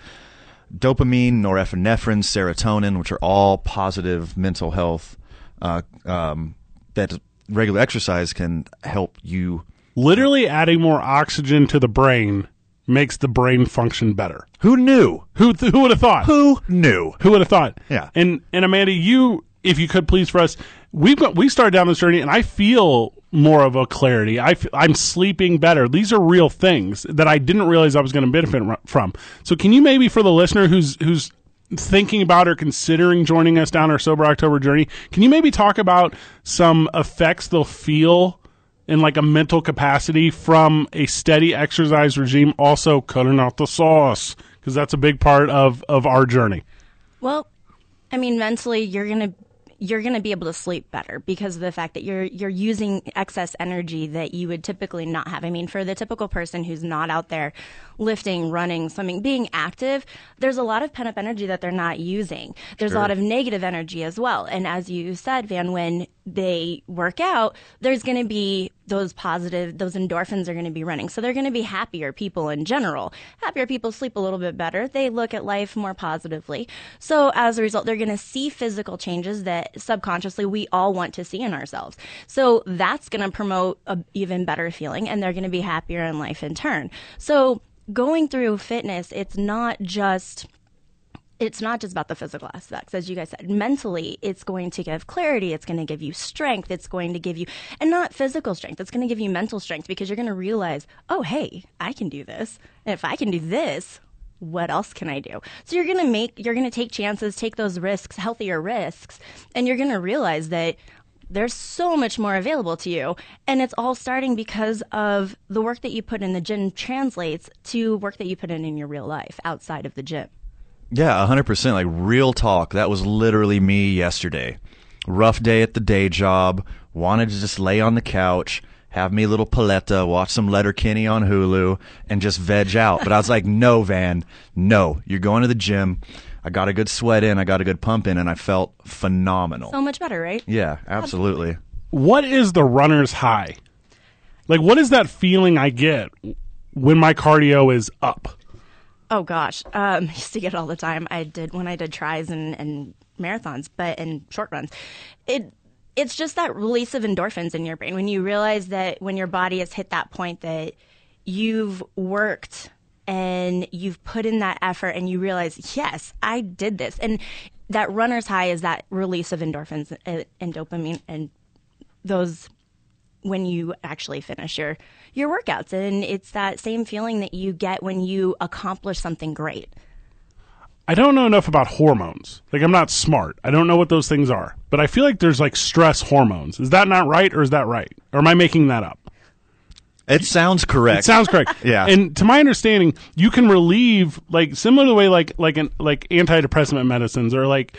E: dopamine, norepinephrine, serotonin, which are all positive mental health uh, um, that regular exercise can help you.
D: Literally adding more oxygen to the brain makes the brain function better.
E: Who knew?
D: Who who would have thought?
E: Who knew?
D: Who would have thought?
E: Yeah.
D: And and Amanda, you, if you could please for us, we've got, we started down this journey, and I feel more of a clarity. I f- I'm sleeping better. These are real things that I didn't realize I was going to benefit ru- from. So can you maybe for the listener who's who's thinking about or considering joining us down our sober October journey, can you maybe talk about some effects they'll feel? In like a mental capacity from a steady exercise regime, also cutting out the sauce because that's a big part of of our journey.
A: Well, I mean, mentally, you're gonna you're gonna be able to sleep better because of the fact that you're you're using excess energy that you would typically not have. I mean, for the typical person who's not out there lifting, running, swimming, being active, there's a lot of pent up energy that they're not using. There's a lot of negative energy as well. And as you said, Van, when they work out, there's gonna be those positive those endorphins are going to be running so they're going to be happier people in general happier people sleep a little bit better they look at life more positively so as a result they're going to see physical changes that subconsciously we all want to see in ourselves so that's going to promote a even better feeling and they're going to be happier in life in turn so going through fitness it's not just it's not just about the physical aspects, as you guys said. Mentally, it's going to give clarity. It's going to give you strength. It's going to give you, and not physical strength. It's going to give you mental strength because you're going to realize, oh, hey, I can do this. And if I can do this, what else can I do? So you're going to make, you're going to take chances, take those risks, healthier risks, and you're going to realize that there's so much more available to you. And it's all starting because of the work that you put in the gym translates to work that you put in in your real life outside of the gym.
E: Yeah, 100%. Like real talk. That was literally me yesterday. Rough day at the day job. Wanted to just lay on the couch, have me a little paletta, watch some Letterkenny on Hulu, and just veg out. But I was like, no, Van, no. You're going to the gym. I got a good sweat in, I got a good pump in, and I felt phenomenal.
A: So much better, right?
E: yeah, absolutely.
D: What is the runner's high? Like, what is that feeling I get when my cardio is up?
A: Oh gosh, um, <laughs> I used to get it all the time. I did when I did tries and, and marathons, but and short runs, it it's just that release of endorphins in your brain when you realize that when your body has hit that point that you've worked and you've put in that effort and you realize yes, I did this, and that runner's high is that release of endorphins and, and dopamine and those when you actually finish your your workouts and it's that same feeling that you get when you accomplish something great
D: I don't know enough about hormones. Like, I'm not smart. I don't know what those things are. But I feel like there's like stress hormones. Is that not right or is that right? Or am I making that up?
E: It sounds correct.
D: It sounds correct.
E: <laughs> Yeah.
D: And to my understanding, you can relieve like similar to the way like like an like antidepressant medicines or like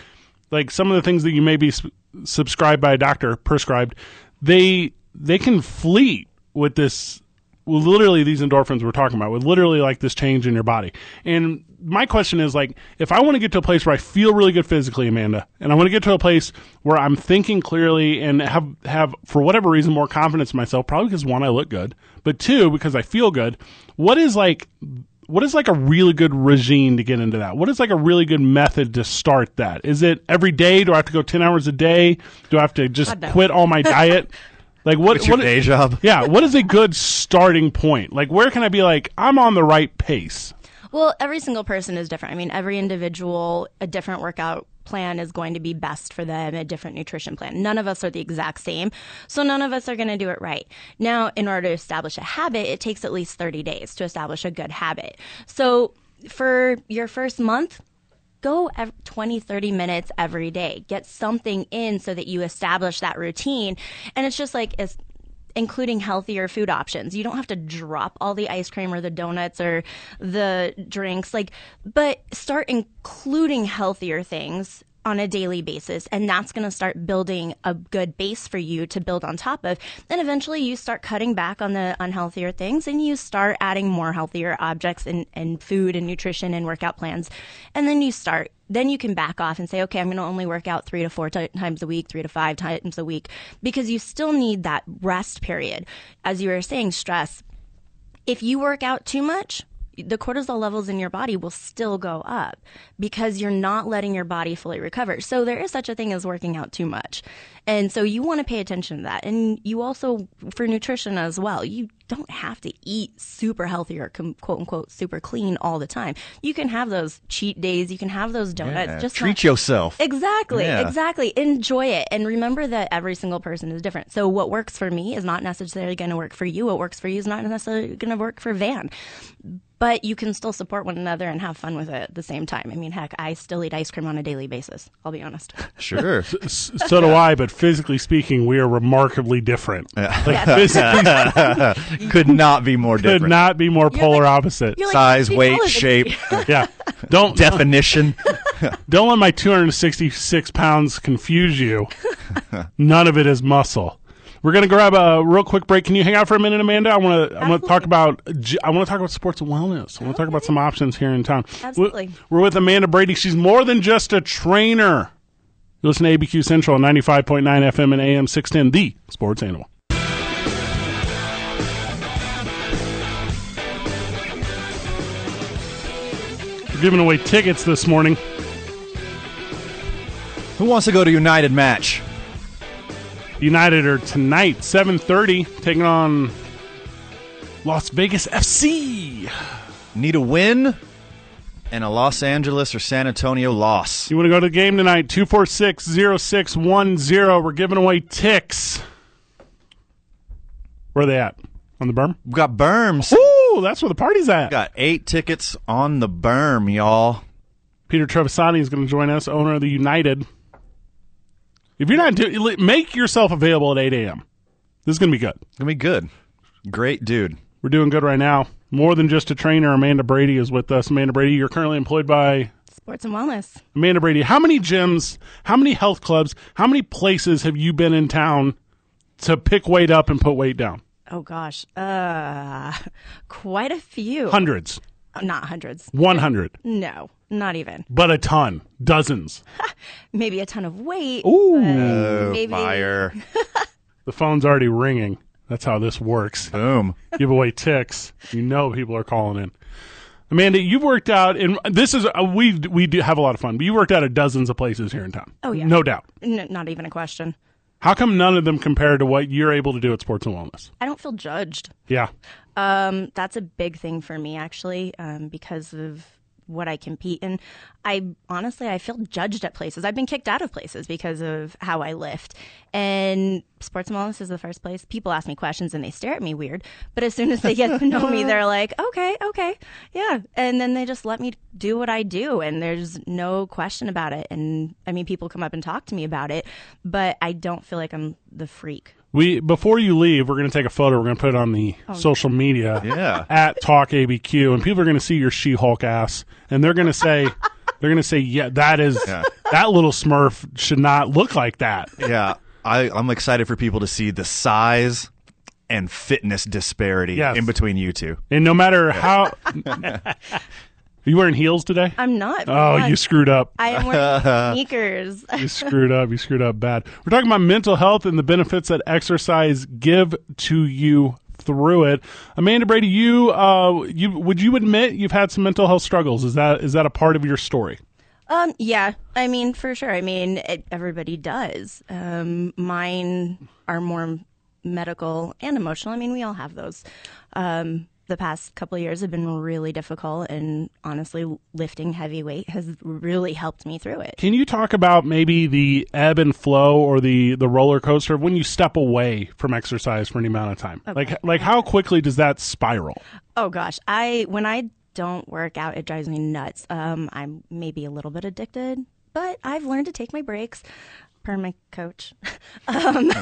D: like some of the things that you may be s subscribed by a doctor prescribed. They they can fleet with this with literally these endorphins we're talking about with literally like this change in your body. And my question is like if I want to get to a place where I feel really good physically, Amanda, and I want to get to a place where I'm thinking clearly and have have for whatever reason more confidence in myself, probably because one I look good, but two because I feel good. What is like what is like a really good regime to get into that? What is like a really good method to start that? Is it every day? Do I have to go 10 hours a day? Do I have to just
A: God, no.
D: quit all my diet? Like what
E: It's your
D: what-
E: day job.
D: yeah, what is a good starting point? Like, where can I be like, I'm on the right pace?
A: well every single person is different i mean every individual a different workout plan is going to be best for them a different nutrition plan none of us are the exact same so none of us are going to do it right now in order to establish a habit it takes at least 30 days to establish a good habit so for your first month go ev- 20 30 minutes every day get something in so that you establish that routine and it's just like it's including healthier food options you don't have to drop all the ice cream or the donuts or the drinks like but start including healthier things on a daily basis and that's going to start building a good base for you to build on top of then eventually you start cutting back on the unhealthier things and you start adding more healthier objects and, and food and nutrition and workout plans and then you start then you can back off and say okay i'm going to only work out three to four ti times a week three to five times a week because you still need that rest period as you were saying stress if you work out too much, the cortisol levels in your body will still go up because you're not letting your body fully recover. So there is such a thing as working out too much. And so you want to pay attention to that. And you also, for nutrition as well, you don't have to eat super healthy or com- quote unquote super clean all the time. You can have those cheat days. You can have those donuts.
E: Yeah,
A: just
E: treat
A: not-
E: yourself.
A: Exactly,
E: Yeah.
A: exactly. Enjoy it and remember that every single person is different. So what works for me is not necessarily going to work for you. What works for you is not necessarily going to work for Van. But you can still support one another and have fun with it at the same time. I mean, heck, I still eat ice cream on a daily basis. I'll be honest. <laughs>
E: Sure. <laughs>
D: S- So do I, but physically speaking, we are remarkably different. Like, physically
E: Could not be more
D: could
E: different.
D: not be more polar opposite.
A: You're like
E: Size,
A: two
E: weight,
A: dollars a-
E: shape, <laughs>
D: yeah, don't
E: definition.
D: don't let my 266 pounds confuse you. None of it is muscle. We're gonna grab a real quick break. Can you hang out for a minute, Amanda? I want to. I want to talk about. j- I want to talk about sports and wellness. I want to talk about some options here in town. We-
A: Absolutely.
D: We're with Amanda Brady. She's more than just a trainer. You listen to ABQ Central, ninety five point nine FM and AM six ten, the Sports Animal. We're giving away tickets this morning.
E: Who wants to go to United match?
D: United are tonight, 7.30, taking on Las Vegas FC.
E: Need a win and a Los Angeles or San Antonio loss.
D: You want to go to the game tonight? 246 0610. We're giving away ticks. Where are they at? On the berm?
E: We've got berms.
D: Ooh, that's where the party's at.
E: Got eight tickets on the berm, y'all.
D: Peter Trevisani is going to join us, owner of the United. If you're not doing, make yourself available at 8 a.m. This is going to be good.
E: It's gonna be good. Great dude.
D: We're doing good right now. More than just a trainer, Amanda Brady is with us. Amanda Brady, you're currently employed by
A: <laughs> Sports and wellness.
D: Amanda Brady. How many gyms, how many health clubs, how many places have you been in town to pick weight up and put weight down?
A: Oh gosh, uh, quite a few.
D: Hundreds,
A: Not hundreds.
D: 100,
A: No, not even.
D: but a ton, dozens.
A: Maybe a ton of weight. Ooh, maybe.
E: Fire.
D: The phone's already ringing. That's how this works.
E: Boom.
D: give away ticks. You know people are calling in. Amanda, you've worked out, and this is uh, we we do have a lot of fun. But you worked out at dozens of places here in town.
A: Oh, yeah.
D: no doubt.
A: N- not even a question.
D: How come none of them compare to what you're able to do at Sports and Wellness?
A: I don't feel judged.
D: Yeah,
A: Um, that's a big thing for me actually, um, because of what I compete in. I honestly I feel judged at places. I've been kicked out of places because of how I lift. And sports and wellness is the first place. People ask me questions and they stare at me weird. But as soon as they get to know me, they're like, Okay, okay, yeah. And then they just let me do what I do and there's no question about it. And I mean people come up and talk to me about it, but I don't feel like I'm the freak.
D: we before you leave, we're going to take a photo. We're going to put it on the social media.
E: Yeah.
D: at Talk ABQ, and people are going to see your She-Hulk ass, and they're going to say. They're gonna say, "Yeah, that is
E: Yeah.
D: that little Smurf should not look like that."
E: Yeah. I, I'm excited for people to see the size and fitness disparity
D: Yes.
E: in between you two.
D: And no
E: <laughs>
D: matter how, <laughs> are you wearing heels today?
A: I'm not.
D: Oh,
A: I'm
D: you screwed up.
A: I
D: <laughs>
A: am wearing sneakers. <laughs>
D: You screwed up. You screwed up bad. We're talking about mental health and the benefits that exercise give to you through it. Amanda Brady, you uh, you would you admit you've had some mental health struggles? Is that is that a part of your story?
A: Um, yeah, I mean, for sure. I mean, it, everybody does. Um, mine are more medical and emotional. I mean, we all have those. Um, the past couple of years have been really difficult, and honestly, lifting heavy weight has really helped me through it.
D: Can you talk about maybe the ebb and flow or the the roller coaster of when you step away from exercise for any amount of time? Like like how quickly does that spiral?
A: Oh gosh, I when I don't work out, it drives me nuts. Um, I'm maybe a little bit addicted, but I've learned to take my breaks. Per my coach, <laughs> um,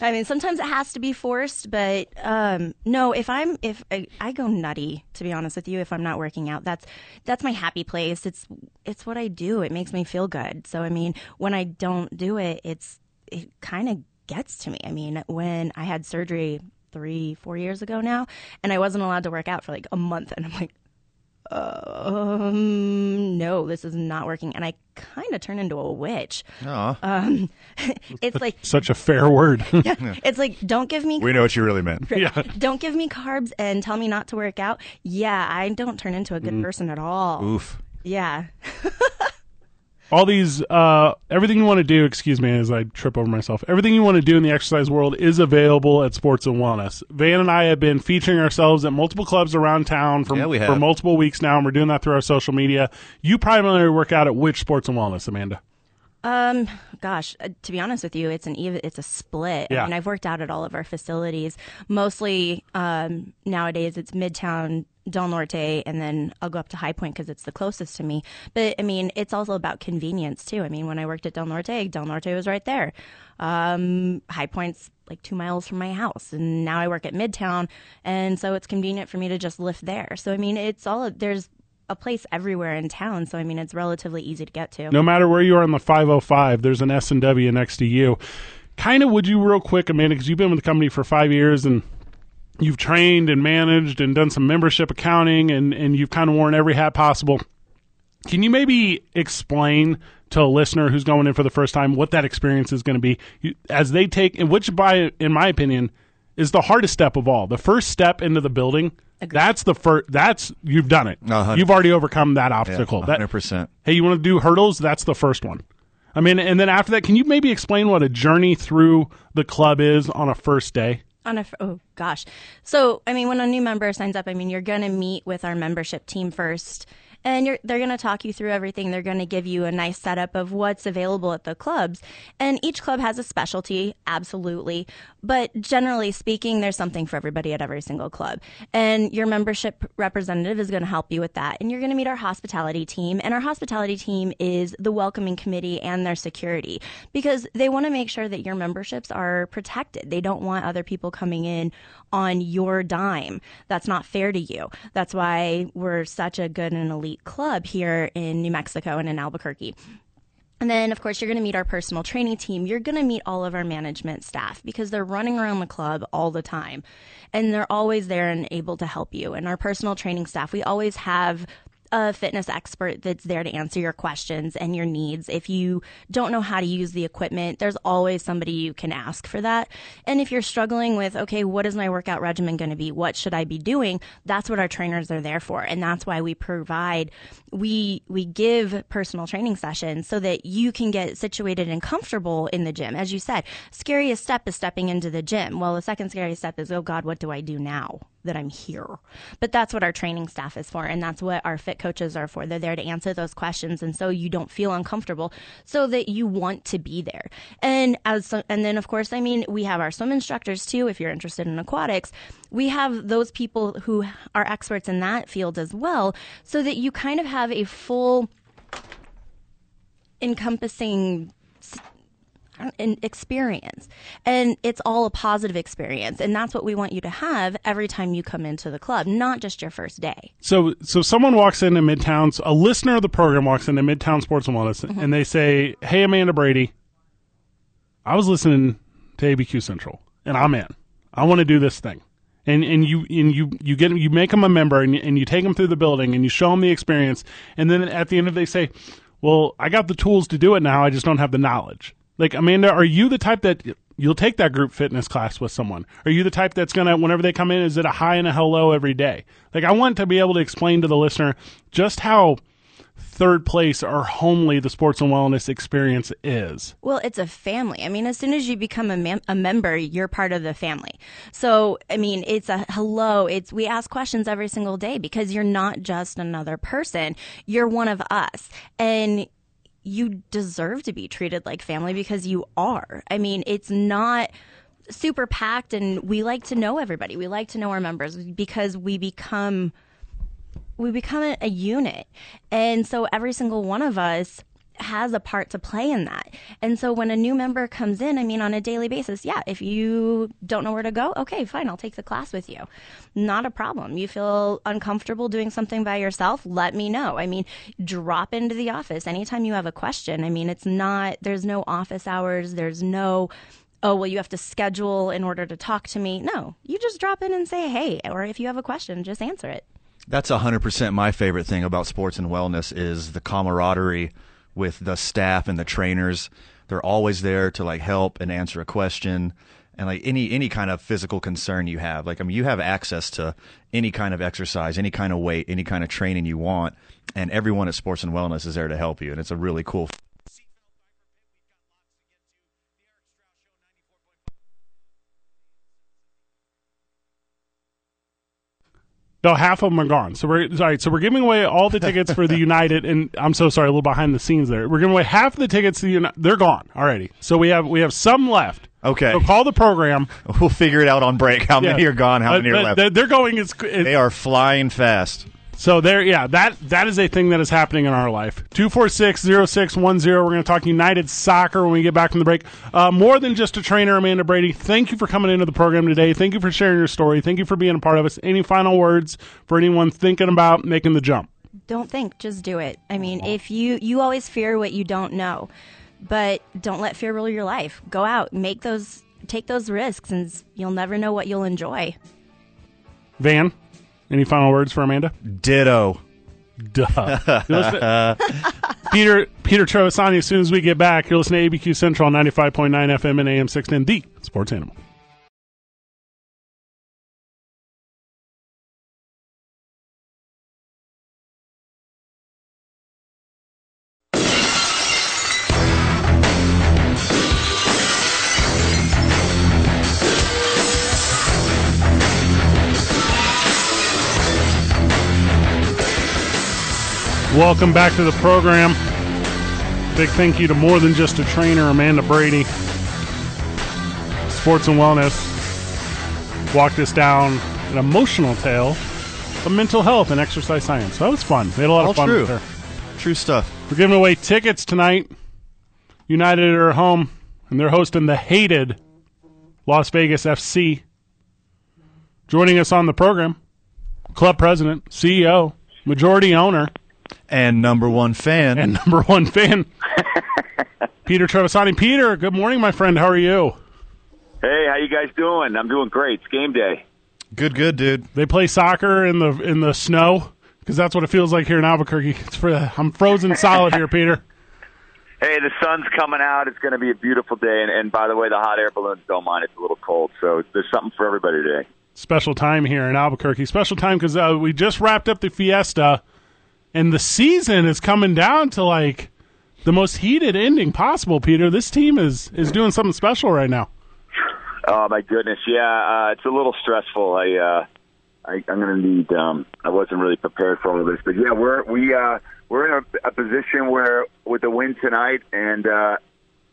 A: I mean, sometimes it has to be forced, but um, no. If I'm if I, I go nutty, to be honest with you, if I'm not working out, that's that's my happy place. It's it's what I do. It makes me feel good. So I mean, when I don't do it, it's it kind of gets to me. I mean, when I had surgery three, four years ago now, and I wasn't allowed to work out for like a month, and I'm like, um, no, this is not working, and I kind of turn into a witch.
E: Uh,
A: Um, it's like
D: Such a fair word. <laughs>
A: it's like don't give me
E: We know what you really meant.
A: <laughs> don't give me carbs and tell me not to work out. Yeah, I don't turn into a good person at all.
E: Oof.
A: Yeah.
D: all these uh, everything you want to do excuse me as i trip over myself everything you want to do in the exercise world is available at sports and wellness van and i have been featuring ourselves at multiple clubs around town for,
E: Yeah, we have.
D: for multiple weeks now and we're doing that through our social media you primarily work out at which sports and wellness amanda
A: Um, gosh, uh, to be honest with you, it's an even, it's a split.
D: Yeah.
A: I mean, I've worked out at all of our facilities. Mostly, um, nowadays it's Midtown, Del Norte, and then I'll go up to High Point because it's the closest to me. But I mean, it's also about convenience too. I mean, when I worked at Del Norte, Del Norte was right there. Um, High Point's like two miles from my house, and now I work at Midtown, and so it's convenient for me to just lift there. So I mean, it's all there's a place everywhere in town. So I mean, it's relatively easy to get to.
D: no matter where you are on the 505 there's an s&w next to you kind of would you real quick amanda because you've been with the company for five years and you've trained and managed and done some membership accounting and, and you've kind of worn every hat possible Can you maybe explain to a listener who's going in for the first time what that experience is going to be You- as they take, and which, by in my opinion, is the hardest step of all. The first step into the building. That's the first. That's you've done it.
E: A hundred-
D: You've already overcome that obstacle. That-
E: 100%.
D: hey, you want to do hurdles? That's the first one. I mean, and then after that, can you maybe explain what a journey through the club is on a first day?
A: on a fr- oh gosh so i mean when a new member signs up i mean you're going to meet with our membership team first and you're, they're going to talk you through everything. They're going to give you a nice setup of what's available at the clubs, and each club has a specialty, absolutely. But generally speaking, there's something for everybody at every single club, and your membership representative is going to help you with that. And you're going to meet our hospitality team, and our hospitality team is the welcoming committee and their security because they want to make sure that your memberships are protected. They don't want other people coming in on your dime. That's not fair to you. That's why we're such a good and elite club here in New Mexico and in Albuquerque. And then, of course, you're going to meet our personal training team. You're going to meet all of our management staff because they're running around the club all the time and they're always there and able to help you. And our personal training staff, we always have a fitness expert that's there to answer your questions and your needs. If you don't know how to use the equipment, there's always somebody you can ask for that. And if you're struggling with, okay, what is my workout regimen going to be? What should I be doing? That's what our trainers are there for. And that's why we provide, we, we give personal training sessions so that you can get situated and comfortable in the gym. As you said, scariest step is stepping into the gym. Well, the second scariest step is, oh God, what do I do now? that I'm here. But that's what our training staff is for, and that's what our fit coaches are for. They're there to answer those questions, and so you don't feel uncomfortable, so that you want to be there. And as and then of course, I mean, we have our swim instructors too. If you're interested in aquatics, we have those people who are experts in that field as well, so that you kind of have a full encompassing an experience. And it's all a positive experience. And that's what we want you to have every time you come into the club, not just your first day.
D: So, so someone walks into Midtown's, a listener of the program walks into Midtown Sports and Wellness, and they say, "Hey, Amanda Brady, I was listening to ABQ Central, and I'm in. I want to do this thing." And and you and you you get 'em- you make them a member, and you, and you take them through the building, and you show them the experience, and then at the end of it, they say, "Well, I got the tools to do it now. I just don't have the knowledge." Like Amanda, are you the type that you'll take that group fitness class with someone? Are you the type that's gonna whenever they come in, is it a hi and a hello every day? Like I want to be able to explain to the listener just how third place or homely the sports and wellness experience is.
A: Well, it's a family. I mean, as soon as you become a, mem- a member, you're part of the family. So, I mean, it's a hello. It's we ask questions every single day because you're not just another person. You're one of us, and you deserve to be treated like family because you are. I mean, it's not super packed, and we like to know everybody. We like to know our members because we become we become a, a unit. And so every single one of us has a part to play in that. And so when a new member comes in, I mean, on a daily basis, yeah, if you don't know where to go, okay, fine, I'll take the class with you. Not a problem. You feel uncomfortable doing something by yourself, let me know. I mean, drop into the office anytime you have a question. I mean, it's not, there's no office hours, there's no, oh, well, you have to schedule in order to talk to me. No, you just drop in and say, hey, or if you have a question, just answer it.
E: That's 100% my favorite thing about sports and wellness is the camaraderie with the staff and the trainers. They're always there to like help and answer a question and like any any kind of physical concern you have. Like I mean you have access to any kind of exercise, any kind of weight, any kind of training you want and everyone at Sports and Wellness is there to help you and it's a really cool
D: No, half of them are gone. So we're sorry. So we're giving away all the tickets
E: <laughs>
D: for the United, and I'm so sorry, a little behind the scenes there. We're giving away half of the tickets to the United. They're gone already. So we have we have some left.
E: Okay.
D: So call the program.
E: We'll figure it out on break <laughs> how many
D: Yeah.
E: are gone, how
D: Uh,
E: many are
D: but
E: left.
D: They're, they're going as, qu- as
E: they are flying fast.
D: So there, yeah, that that is a thing that is happening in our life. Two four six zero six one zero. We're going to talk United Soccer when we get back from the break. Uh, more than just a trainer, Amanda Brady. Thank you for coming into the program today. Thank you for sharing your story. Thank you for being a part of us. Any final words for anyone thinking about making the jump?
A: don't think just do it i mean if you you always fear what you don't know but don't let fear rule your life go out make those take those risks and s- you'll never know what you'll enjoy
D: Van, any final words for Amanda?
E: Ditto.
D: Duh. You're listening- <laughs> Peter Peter Trevisani. As soon as we get back, you're listening to ABQ Central ninety five point nine FM and AM six ten. The Sports Animal. Welcome back to the program. Big thank you to more than just a trainer, Amanda Brady. Sports and Wellness walked us down an emotional tale of mental health and exercise science. That was fun. We had a lot
E: All
D: of fun
E: true.
D: with her.
E: True stuff.
D: We're giving away tickets tonight. United are at home, and they're hosting the hated Las Vegas FC. Joining us on the program, club president, CEO, majority owner,
E: And number one fan.
D: and <laughs> number one fan, Peter Trevisani. Peter, good morning, my friend. How are you?
G: Hey, how you guys doing? I'm doing great. It's game day.
E: good, good, dude.
D: They play soccer in the in the snow because that's what it feels like here in Albuquerque. It's for, I'm frozen solid here, Peter.
G: Hey, the sun's coming out. It's going to be a beautiful day. And, and by the way, the hot air balloons don't mind. It's a little cold, so there's something for everybody today.
D: special time here in Albuquerque. Special time because uh, we just wrapped up the fiesta, and the season is coming down to like the most heated ending possible. Peter, this team is is doing something special right now.
G: Oh my goodness, yeah, uh, it's a little stressful. I, uh, I I'm going to need. Um, I wasn't really prepared for all of this, but yeah, we're we uh, we're in a, a position where with the win tonight and uh,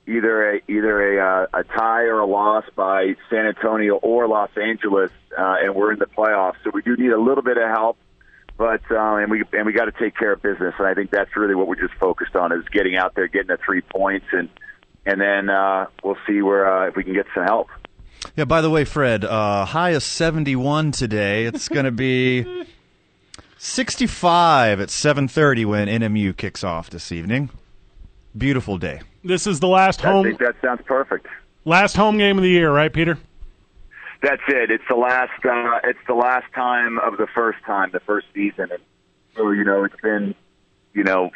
G: either a either a, uh, a tie or a loss by San Antonio or Los Angeles, uh, and we're in the playoffs. So we do need a little bit of help. But uh, and we and we got to take care of business, and I think that's really what we're just focused on is getting out there, getting the three points, and and then uh, we'll see where uh, if we can get some help.
E: Yeah, by the way, Fred, uh, high is 71 today.
D: <laughs>
E: It's going to be 65 at 7.30 when NMU kicks off this evening. Beautiful day.
D: This is the last
G: I
D: home
G: think that sounds perfect.
D: last home game of the year, right, Peter?
G: That's it. It's the last. Uh, it's the last time of the first time, the first season. And so you know, it's been, you know,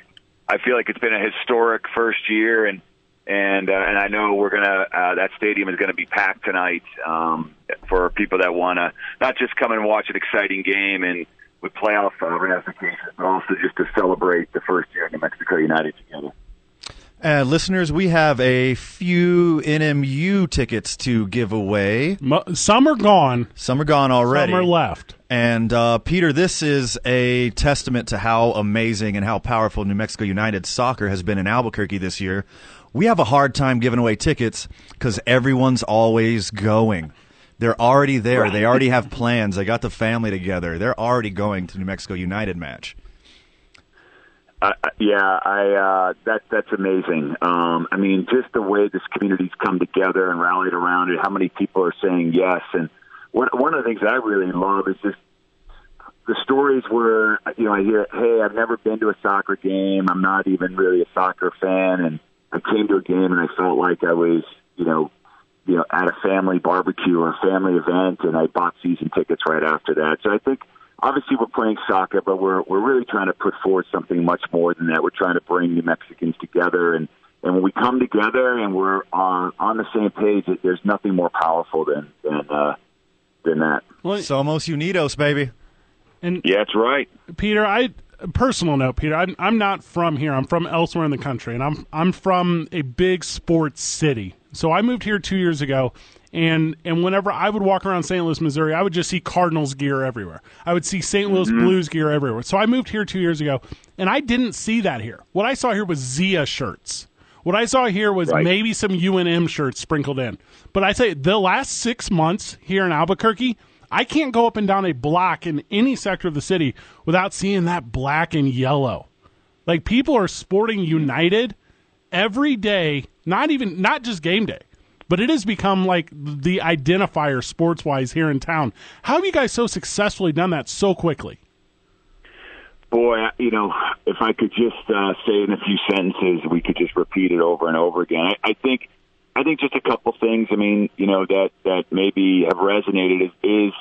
G: I feel like it's been a historic first year, and and uh, and I know we're gonna uh, that stadium is gonna be packed tonight um, for people that wanna not just come and watch an exciting game and with playoff uh, ramifications, but also just to celebrate the first year in New Mexico United together.
E: And listeners, we have a few NMU tickets to give away.
D: Mo- some are gone,
E: Some are gone already.
D: some are left.
E: And uh, Peter, this is a testament to how amazing and how powerful New Mexico United soccer has been in Albuquerque this year. We have a hard time giving away tickets because everyone's always going. They're already there. They already have plans. They got the family together. They're already going to New Mexico United match.
G: Uh, yeah, I uh, that that's amazing. Um, I mean, just the way this community's come together and rallied around it. How many people are saying yes? And one one of the things I really love is just the stories where you know I hear, "Hey, I've never been to a soccer game. I'm not even really a soccer fan, and I came to a game and I felt like I was, you know, you know, at a family barbecue or a family event, and I bought season tickets right after that." So I think obviously we're playing soccer, but we're we're really trying to put forward something much more than that. We're trying to bring New Mexicans together, and and when we come together and we're on on the same page, it- there's nothing more powerful than than uh, than that.
D: Well,
E: Somos Unidos, baby.
G: Yeah, that's right.
D: Peter, I personal note, Peter, I'm, I'm not from here. I'm from elsewhere in the country, and I'm I'm from a big sports city. So I moved here two years ago, and and whenever I would walk around St. Louis, Missouri, I would just see Cardinals gear everywhere. I would see St. Louis Blues gear everywhere. So I moved here two years ago, and I didn't see that here. What I saw here was Zia shirts. What I saw here was
G: Right.
D: maybe some UNM shirts sprinkled in. But I say the last six months here in Albuquerque, I can't go up and down a block in any sector of the city without seeing that black and yellow. Like people are sporting United every day, not even not just game day, but it has become like the identifier sports wise here in town. How have you guys so successfully done that so quickly?
G: Boy, I- you know, if I could just uh, say in a few sentences, we could just repeat it over and over again. I, I think, I think just a couple things. I mean, you know, that that maybe have resonated is, is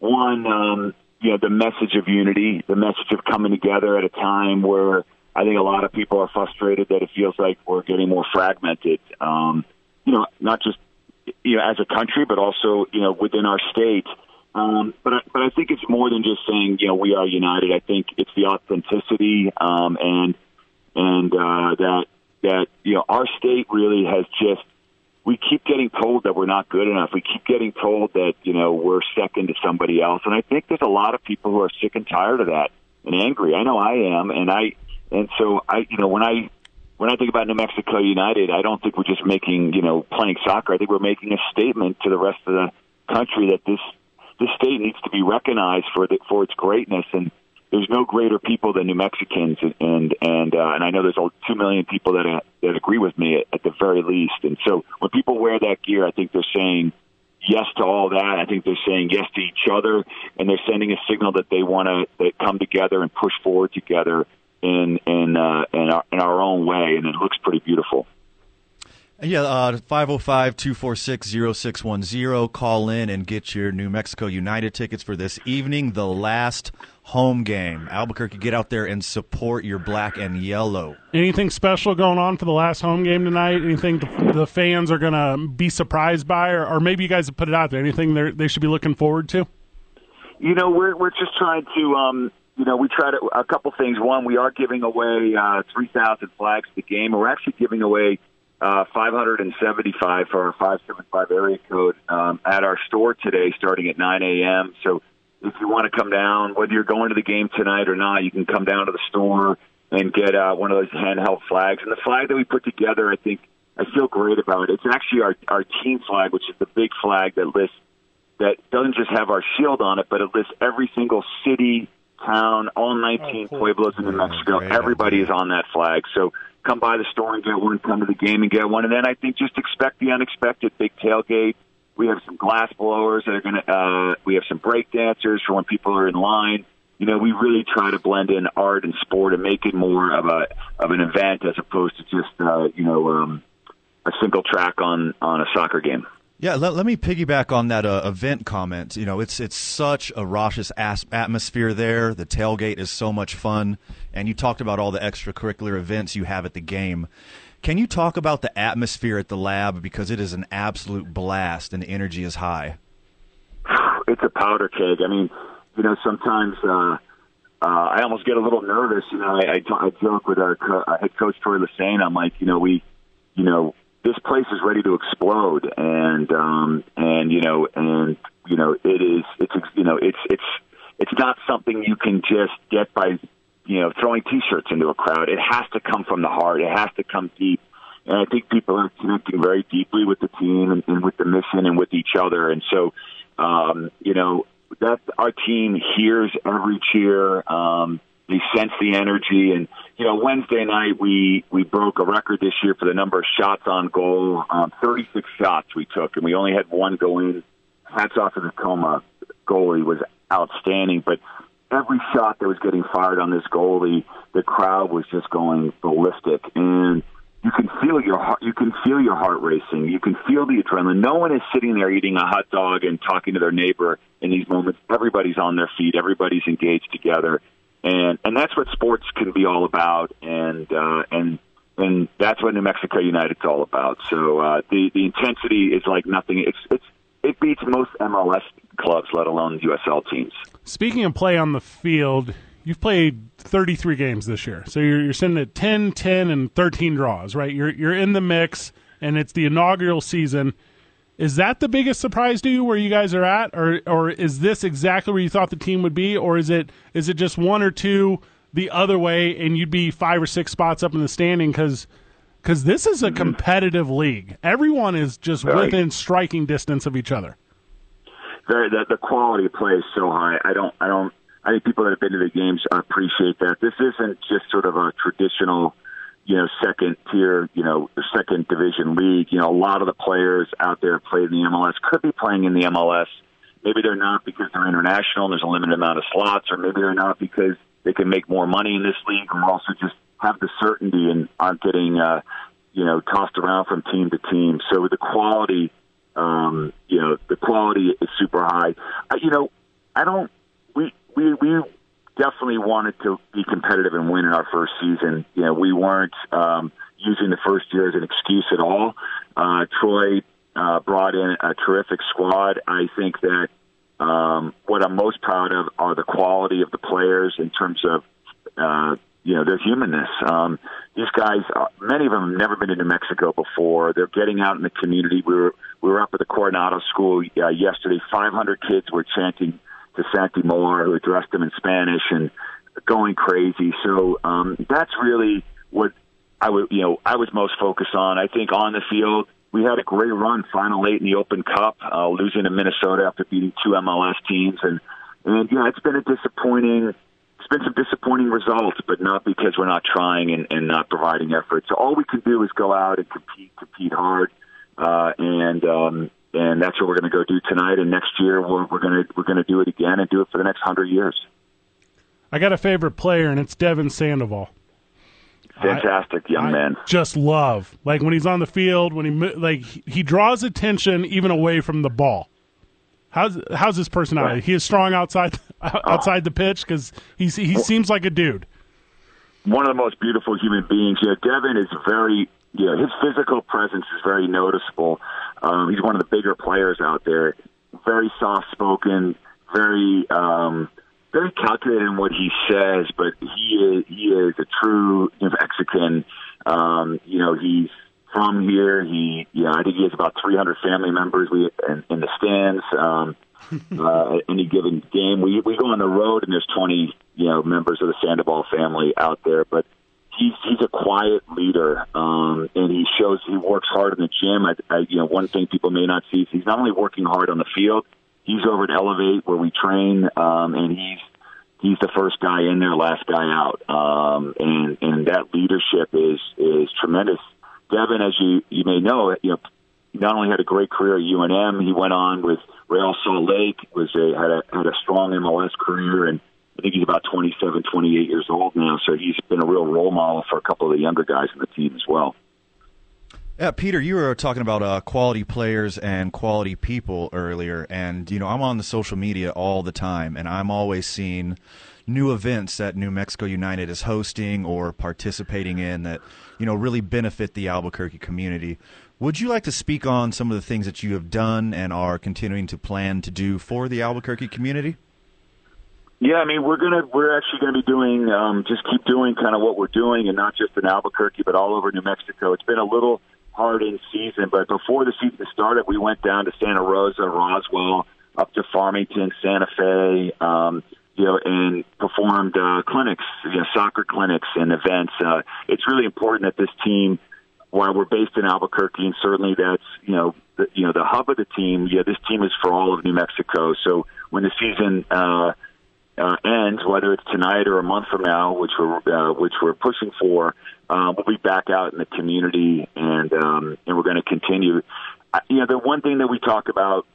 G: one, um, you know, the message of unity, the message of coming together at a time where I think a lot of people are frustrated that it feels like we're getting more fragmented. Um, you know, not just you know, as a country, but also you know within our state. Um, but I, but I think it's more than just saying you know we are united. I think it's the authenticity um, and and uh, that that you know our state really has just we keep getting told that we're not good enough. We keep getting told that you know we're second to somebody else, and I think there's a lot of people who are sick and tired of that and angry. I know I am, and I And so I, you know, when I when I think about New Mexico United, I don't think we're just making, you know, playing soccer. I think we're making a statement to the rest of the country that this this state needs to be recognized for the, for its greatness. And there's no greater people than New Mexicans, and and and, uh, and I know there's two million people that uh, that agree with me at, at the very least. And so when people wear that gear, I think they're saying yes to all that. I think they're saying yes to each other, and they're sending a signal that they want to they come together and push forward together in in uh, in, our, in our own way, and it looks pretty beautiful.
E: Yeah, uh, 505-246-0610. Call in and get your New Mexico United tickets for this evening, the last home game. Albuquerque, get out there and support your black and yellow.
D: Anything special going on for the last home game tonight? Anything th- the fans are going to be surprised by, or, or maybe you guys have put it out there? Anything they're- they should be looking forward to?
G: You know, we're we're just trying to, um, you know, we try to a couple things. One, we are giving away uh, three thousand flags to the game. We're actually giving away uh, five hundred and seventy-five for our five seven five area code um, at our store today, starting at nine a.m. So if you want to come down, whether you're going to the game tonight or not, you can come down to the store and get uh, one of those handheld flags. And the flag that we put together, I think I feel great about. It's actually our our team flag, which is the big flag that lists that doesn't just have our shield on it, but it lists every single city, town, all 19 pueblos in New Mexico.
E: great
G: Everybody
E: idea.
G: is on that flag. So come by the store and get one, come to the game and get one. And then I think just expect the unexpected big tailgate. We have some glass blowers that are going to, uh, we have some break dancers for when people are in line. You know, we really try to blend in art and sport and make it more of a of an event as opposed to just uh, you know um, a single track on on a soccer game.
E: Yeah, let, let me piggyback on that uh, event comment. You know, it's it's such a raucous as- atmosphere there. The tailgate is so much fun, and you talked about all the extracurricular events you have at the game. Can you talk about the atmosphere at the lab because it is an absolute blast and the energy is high?
G: it's a powder keg. I mean, you know, sometimes uh, uh, I almost get a little nervous. You know, I, I, I joke with our, co- our head coach Troy Lassane. I'm like, you know, we, you know, this place is ready to explode, and um, and you know, and you know, it is, it's you know, it's it's it's not something you can just get by, you know, throwing t-shirts into a crowd. It has to come from the heart. It has to come deep. And I think people are connecting very deeply with the team and, and with the mission and with each other. And so, um, you know, that our team hears every cheer. Um, they sense the energy, and you know, Wednesday night we we broke a record this year for the number of shots on goal. Um, Thirty six shots we took, and we only had one go in. Hats off to the Tacoma goalie was outstanding, but every shot that was getting fired on this goalie, the crowd was just going ballistic, and you can feel your heart. You can feel your heart racing. You can feel the adrenaline. No one is sitting there eating a hot dog and talking to their neighbor in these moments. Everybody's on their feet. Everybody's engaged together, and and that's what sports can be all about. And uh, and and that's what New Mexico United's all about. So uh, the the intensity is like nothing. It's it's it beats most MLS clubs, let alone USL teams.
D: Speaking of play on the field, you've played 33 games this year. So you're, you're sitting at 10, 10, and 13 draws, right? You're, you're in the mix, and it's the inaugural season. Is that the biggest surprise to you where you guys are at? Or, or is this exactly where you thought the team would be? Or is it, is it just one or two the other way and you'd be five or six spots up in the standing? Because this is a competitive league. Everyone is just
G: Right.
D: within striking distance of each other.
G: very the, the quality of play is so high. I don't I don't I think people that have been to the games appreciate that. This isn't just sort of a traditional, you know, second tier, you know, second division league. You know, a lot of the players out there play in the MLS could be playing in the MLS. Maybe they're not because they're international and there's a limited amount of slots, or maybe they're not because they can make more money in this league, or also just have the certainty and aren't getting, uh, you know, tossed around from team to team. So the quality um, you know, the quality is super high. I, you know, I don't. We we we definitely wanted to be competitive and win in our first season. You know, we weren't um, using the first year as an excuse at all. Uh, Troy uh, brought in a terrific squad. I think that um, what I'm most proud of are the quality of the players in terms of uh, you know their humanness. Um, these guys, uh, many of them have never been to New Mexico before. They're getting out in the community. We were we were up at the Coronado School uh, yesterday. 500 kids were chanting to Santi Moore, who addressed them in Spanish, and going crazy. So um, that's really what I would you know I was most focused on. I think on the field we had a great run, final eight in the Open Cup, uh, losing to Minnesota after beating two MLS teams, and and yeah, it's been a disappointing. It's been some disappointing results, but not because we're not trying and, and not providing effort. So all we can do is go out and compete, compete hard, uh, and um, and that's what we're going to go do tonight. And next year we're, we're going to we're going to do it again and do it for the next hundred years.
D: I got a favorite player, and it's Devin Sandoval.
G: Fantastic young
D: I
G: man.
D: Just love, like when he's on the field, when he mo- like he he draws attention even away from the ball. How's how's his personality? He is strong outside <laughs>
G: Oh.
D: outside the pitch because he's he seems like a dude.
G: one of the most beautiful human beings. You know, Devin is very, you know, his physical presence is very noticeable. Um, he's one of the bigger players out there. Very soft spoken, very, um, very calculated in what he says, but he is, he is a true you know, Mexican. Um, you know, he's from here. He, you know, I think he has about 300 family members we, in, in the stands. Um, uh, at any given game. We we go on the road and there's 20 you know members of the Sandoval family out there, but he's he's a quiet leader, um, and he shows he works hard in the gym. I, I you know one thing people may not see is he's not only working hard on the field. He's over at Elevate where we train, um, and he's he's the first guy in there, last guy out, um, and and that leadership is is tremendous. Devin, as you you may know, you know he not only had a great career at UNM, he went on with Real Salt Lake, was a, had a had a strong MLS career, and I think he's about 27, 28 years old now. So he's been a real role model for a couple of the younger guys in the team as well.
E: Yeah, Peter, you were talking about uh, quality players and quality people earlier, and you know I'm on the social media all the time, and I'm always seeing new events that New Mexico United is hosting or participating in that you know really benefit the Albuquerque community. Would you like to speak on some of the things that you have done and are continuing to plan to do for the Albuquerque community?
G: Yeah, I mean, we're gonna we're actually gonna be doing um, just keep doing kind of what we're doing, and not just in Albuquerque, but all over New Mexico. It's been a little hard in season, but before the season started, we went down to Santa Rosa, Roswell, up to Farmington, Santa Fe, um, you know, and performed uh, clinics, you know, soccer clinics and events. Uh, it's really important that this team while we're based in Albuquerque, and certainly that's you know the, you know the hub of the team. Yeah, this team is for all of New Mexico. So when the season uh, uh, ends, whether it's tonight or a month from now, which we're uh, which we're pushing for, um, we'll be back out in the community, and um, and we're going to continue. I, you know, the one thing that we talk about,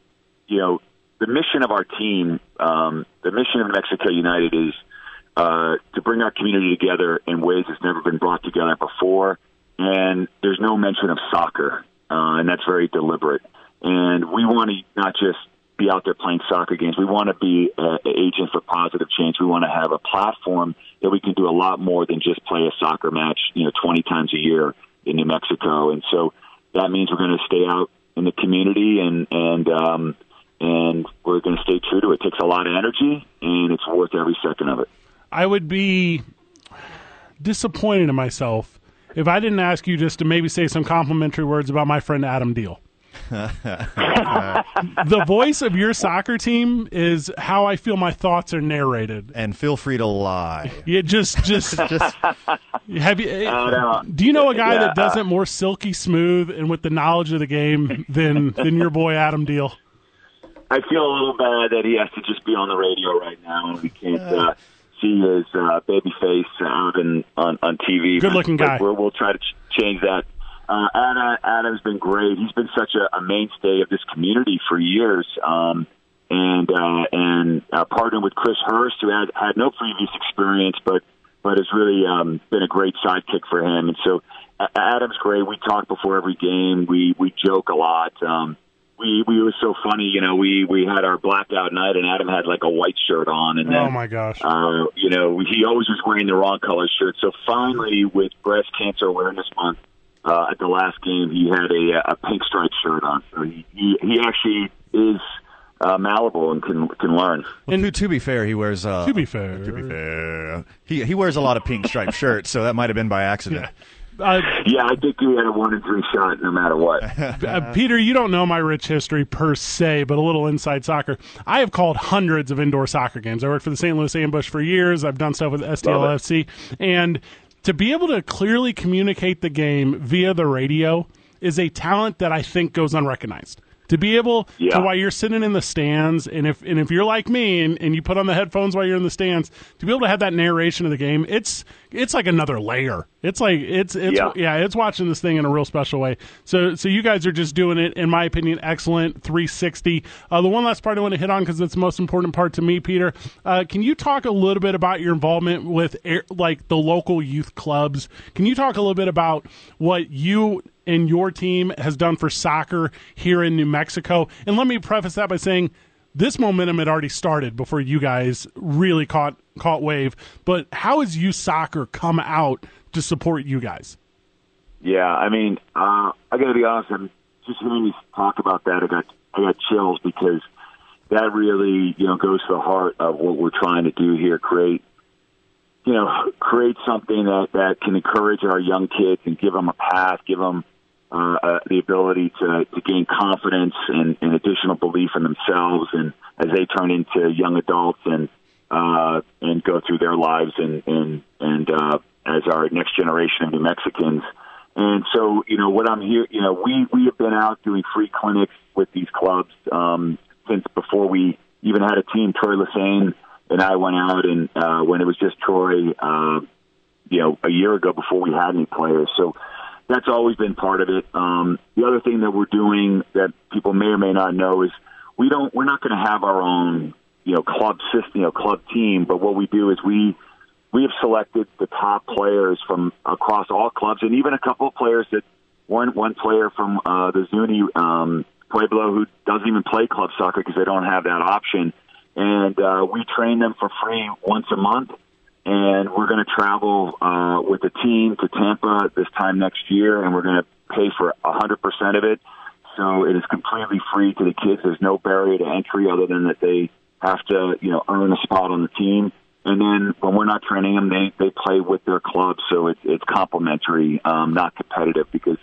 G: you know, the mission of our team, um, the mission of New Mexico United is uh, to bring our community together in ways that's never been brought together before. And there's no mention of soccer, uh, and that's very deliberate. And we want to not just be out there playing soccer games. We want to be uh, agents for positive change. We want to have a platform that we can do a lot more than just play a soccer match, you know, 20 times a year in New Mexico. And so that means we're going to stay out in the community and and um, and we're going to stay true to it. It takes a lot of energy, and it's worth every second of it.
D: I would be disappointed in myself if I didn't ask you just to maybe say some complimentary words about my friend Adam Deal. the voice of your soccer team is how I feel my thoughts are narrated.
E: And feel free to
D: <laughs>
E: lie.
D: Yeah, just
G: <laughs>
D: just
E: Just
D: have you
G: no.
D: Do you know a guy
G: Yeah, uh,
D: that does it more silky smooth and with the knowledge of the game than than your boy Adam Deal?
G: I feel a little bad that he has to just be on the radio right now, and we can't uh, see his uh, baby face out in, on on TV.
D: Good-looking
G: But
D: guy.
G: We're, we'll try to ch- change that. Uh, Adam, Adam's been great. He's been such a, a mainstay of this community for years, um, and uh, and uh, partnered with Chris Hurst, who had had no previous experience, but but has really um, been a great sidekick for him. And so A- Adam's great. We talk before every game. We we joke a lot. Um, we we it was so funny. You know, we we had our blackout night, and Adam had like a white shirt on, and then
D: Oh my gosh.
G: uh, you know, he always was wearing the wrong color shirt. So finally, with Breast Cancer Awareness Month, uh, at the last game, he had a, a pink striped shirt on. So he, he, he actually is uh, malleable and can can learn.
E: Well, to, to be fair, he wears. Uh,
D: To be fair.
E: to be fair, he he wears a lot of pink striped shirts, so that might have been by accident.
D: Uh,
G: Yeah, I think you had a one in three shot no matter what.
D: uh, Peter, you don't know my rich history per se, but a little inside soccer. I have called hundreds of indoor soccer games. I worked for the St. Louis Ambush for years. I've done stuff with STLFC. And to be able to clearly communicate the game via the radio is a talent that I think goes unrecognized. To be able
G: Yeah.
D: to while you're sitting in the stands, and if and if you're like me and, and you put on the headphones while you're in the stands, to be able to have that narration of the game, it's it's like another layer. It's like it's it's
G: Yeah.
D: yeah, it's watching this thing in a real special way. So, so you guys are just doing it, in my opinion, excellent. 360. Uh, the one last part I want to hit on because it's the most important part to me, Peter. Uh, can you talk a little bit about your involvement with air, like the local youth clubs? Can you talk a little bit about what you and your team has done for soccer here in New Mexico? And let me preface that by saying this momentum had already started before you guys really caught caught wave. But how has youth soccer come out to support you guys?
G: Yeah, I mean, uh, I got to be honest. I'm just hearing you talk about that. I got I got chills because that really you know goes to the heart of what we're trying to do here. Create you know create something that that can encourage our young kids and give them a path, give them uh, uh, the ability to to gain confidence and, and additional belief in themselves, and as they turn into young adults and uh, and go through their lives and and and uh, as our next generation of New Mexicans. And so, you know, what I'm here, you know, we we have been out doing free clinics with these clubs um, since before we even had a team. Troy Lassane and I went out, and uh, when it was just Troy, uh, you know, a year ago before we had any players. So that's always been part of it. Um, the other thing that we're doing that people may or may not know is we don't we're not going to have our own you know club system, you know club team. But what we do is we we have selected the top players from across all clubs, and even a couple of players that weren't one player from uh, the Zuni um, Pueblo who doesn't even play club soccer because they don't have that option. And uh, we train them for free once a month, and we're going to travel uh, with the team to Tampa this time next year, and we're going to pay for 100% of it. So it is completely free to the kids. There's no barrier to entry other than that they have to, you know, earn a spot on the team. And then when we're not training them, they, they play with their club. So it's, it's complimentary, um, not competitive because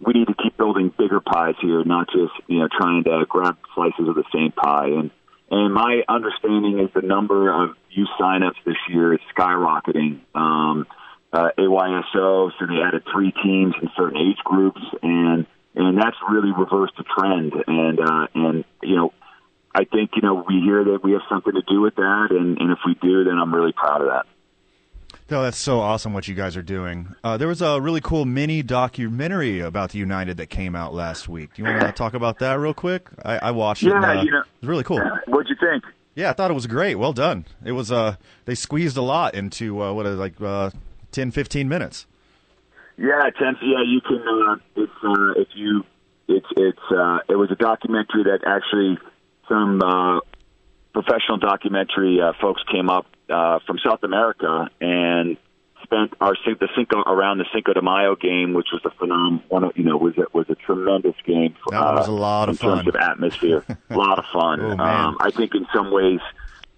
G: we need to keep building bigger pies here, not just you know trying to grab slices of the same pie. And and my understanding is the number of youth signups this year is skyrocketing. Um, uh, AYSO, so they added three teams in certain age groups, and and that's really reversed the trend. And uh, and you know, I think you know we hear that we have something to do with that, and and if we do, then I'm really proud of that.
E: No, that's so awesome what you guys are doing. Uh, there was a really cool mini documentary about the United that came out last week. Do you want to talk about that real quick? I, I watched it. and,
G: Yeah,
E: uh,
G: you know-
E: it was really cool.
G: What'd you think?
E: Yeah, I thought it was great. Well done. It was. Uh, they squeezed a lot into uh, what is it, like uh, 10, 15 minutes.
G: Yeah, tenth. Yeah, you can. Uh, if uh, if you, it's it's. Uh, it was a documentary that actually some uh, professional documentary uh, folks came up uh, from South America and spent our Cin- the Cinco around the Cinco de Mayo game, which was a phenom. One of you know was a, was a tremendous game. uh,
E: That one was a lot
G: in
E: of fun.
G: terms
E: <laughs>
G: of atmosphere, a lot of fun.
E: Oh, man.
G: um, I think in some ways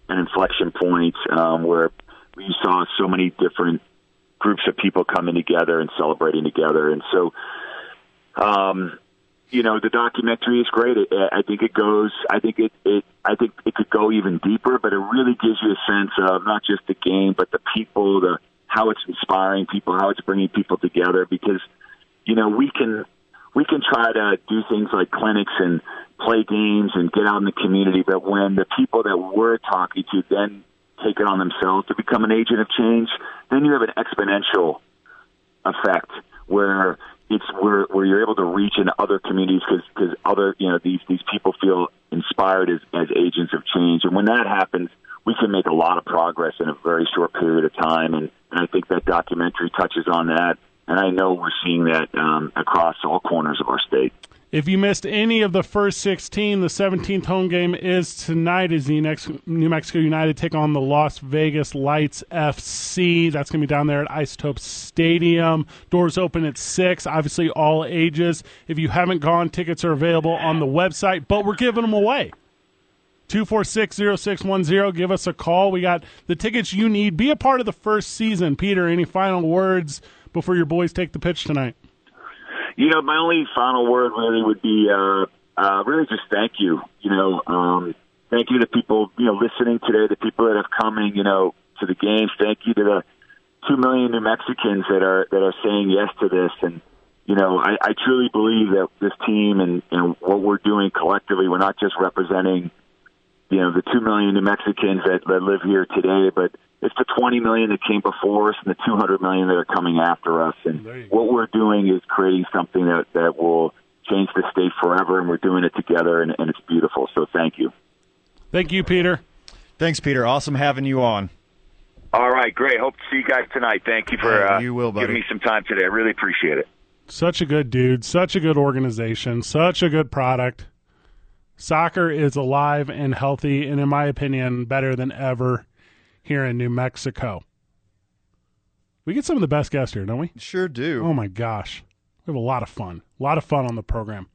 G: an inflection point um, where you saw so many different groups of people coming together and celebrating together. And so, um, you know, the documentary is great. It, I think it goes. I think it, it. I think it could go even deeper, but it really gives you a sense of not just the game, but the people, the how it's inspiring people, how it's bringing people together. Because you know, we can we can try to do things like clinics and play games and get out in the community, but when the people that we're talking to then take it on themselves to become an agent of change, then you have an exponential effect where it's where where you're able to reach in other communities because other you know these these people feel inspired as as agents of change and when that happens we can make a lot of progress in a very short period of time and and I think that documentary touches on that and I know we're seeing that um, across all corners of our state.
D: If you missed any of the first 16, the 17th home game is tonight as the next New Mexico United take on the Las Vegas Lights FC. That's going to be down there at Isotope Stadium. Doors open at 6, obviously all ages. If you haven't gone, tickets are available on the website, but we're giving them away. 246-0610. Give us a call. We got the tickets you need. Be a part of the first season. Peter, any final words before your boys take the pitch tonight?
G: You know, my only final word really would be uh, uh, really just thank you. You know, um, thank you to people you know listening today, the people that have coming, you know, to the games. Thank you to the two million New Mexicans that are that are saying yes to this. And you know, I, I truly believe that this team and, and what we're doing collectively, we're not just representing you know the two million New Mexicans that, that live here today, but it's the twenty million that came before us and the two hundred million that are coming after us. And what we're doing is creating something that that will change the state forever, and we're doing it together, and, and it's beautiful. So thank you.
D: Thank you, Peter.
E: Thanks, Peter. Awesome having you on.
G: All right, great. Hope to see you guys tonight. Thank you for
E: Yeah,
G: uh,
E: you will, buddy.
G: giving me some time today. I really appreciate it.
D: Such a good dude, such a good organization, such a good product. Soccer is alive and healthy, and in my opinion, better than ever here in New Mexico. We get some of the best guests here, don't we?
E: Sure do.
D: Oh my gosh. We have a lot of fun. A lot of fun on the program.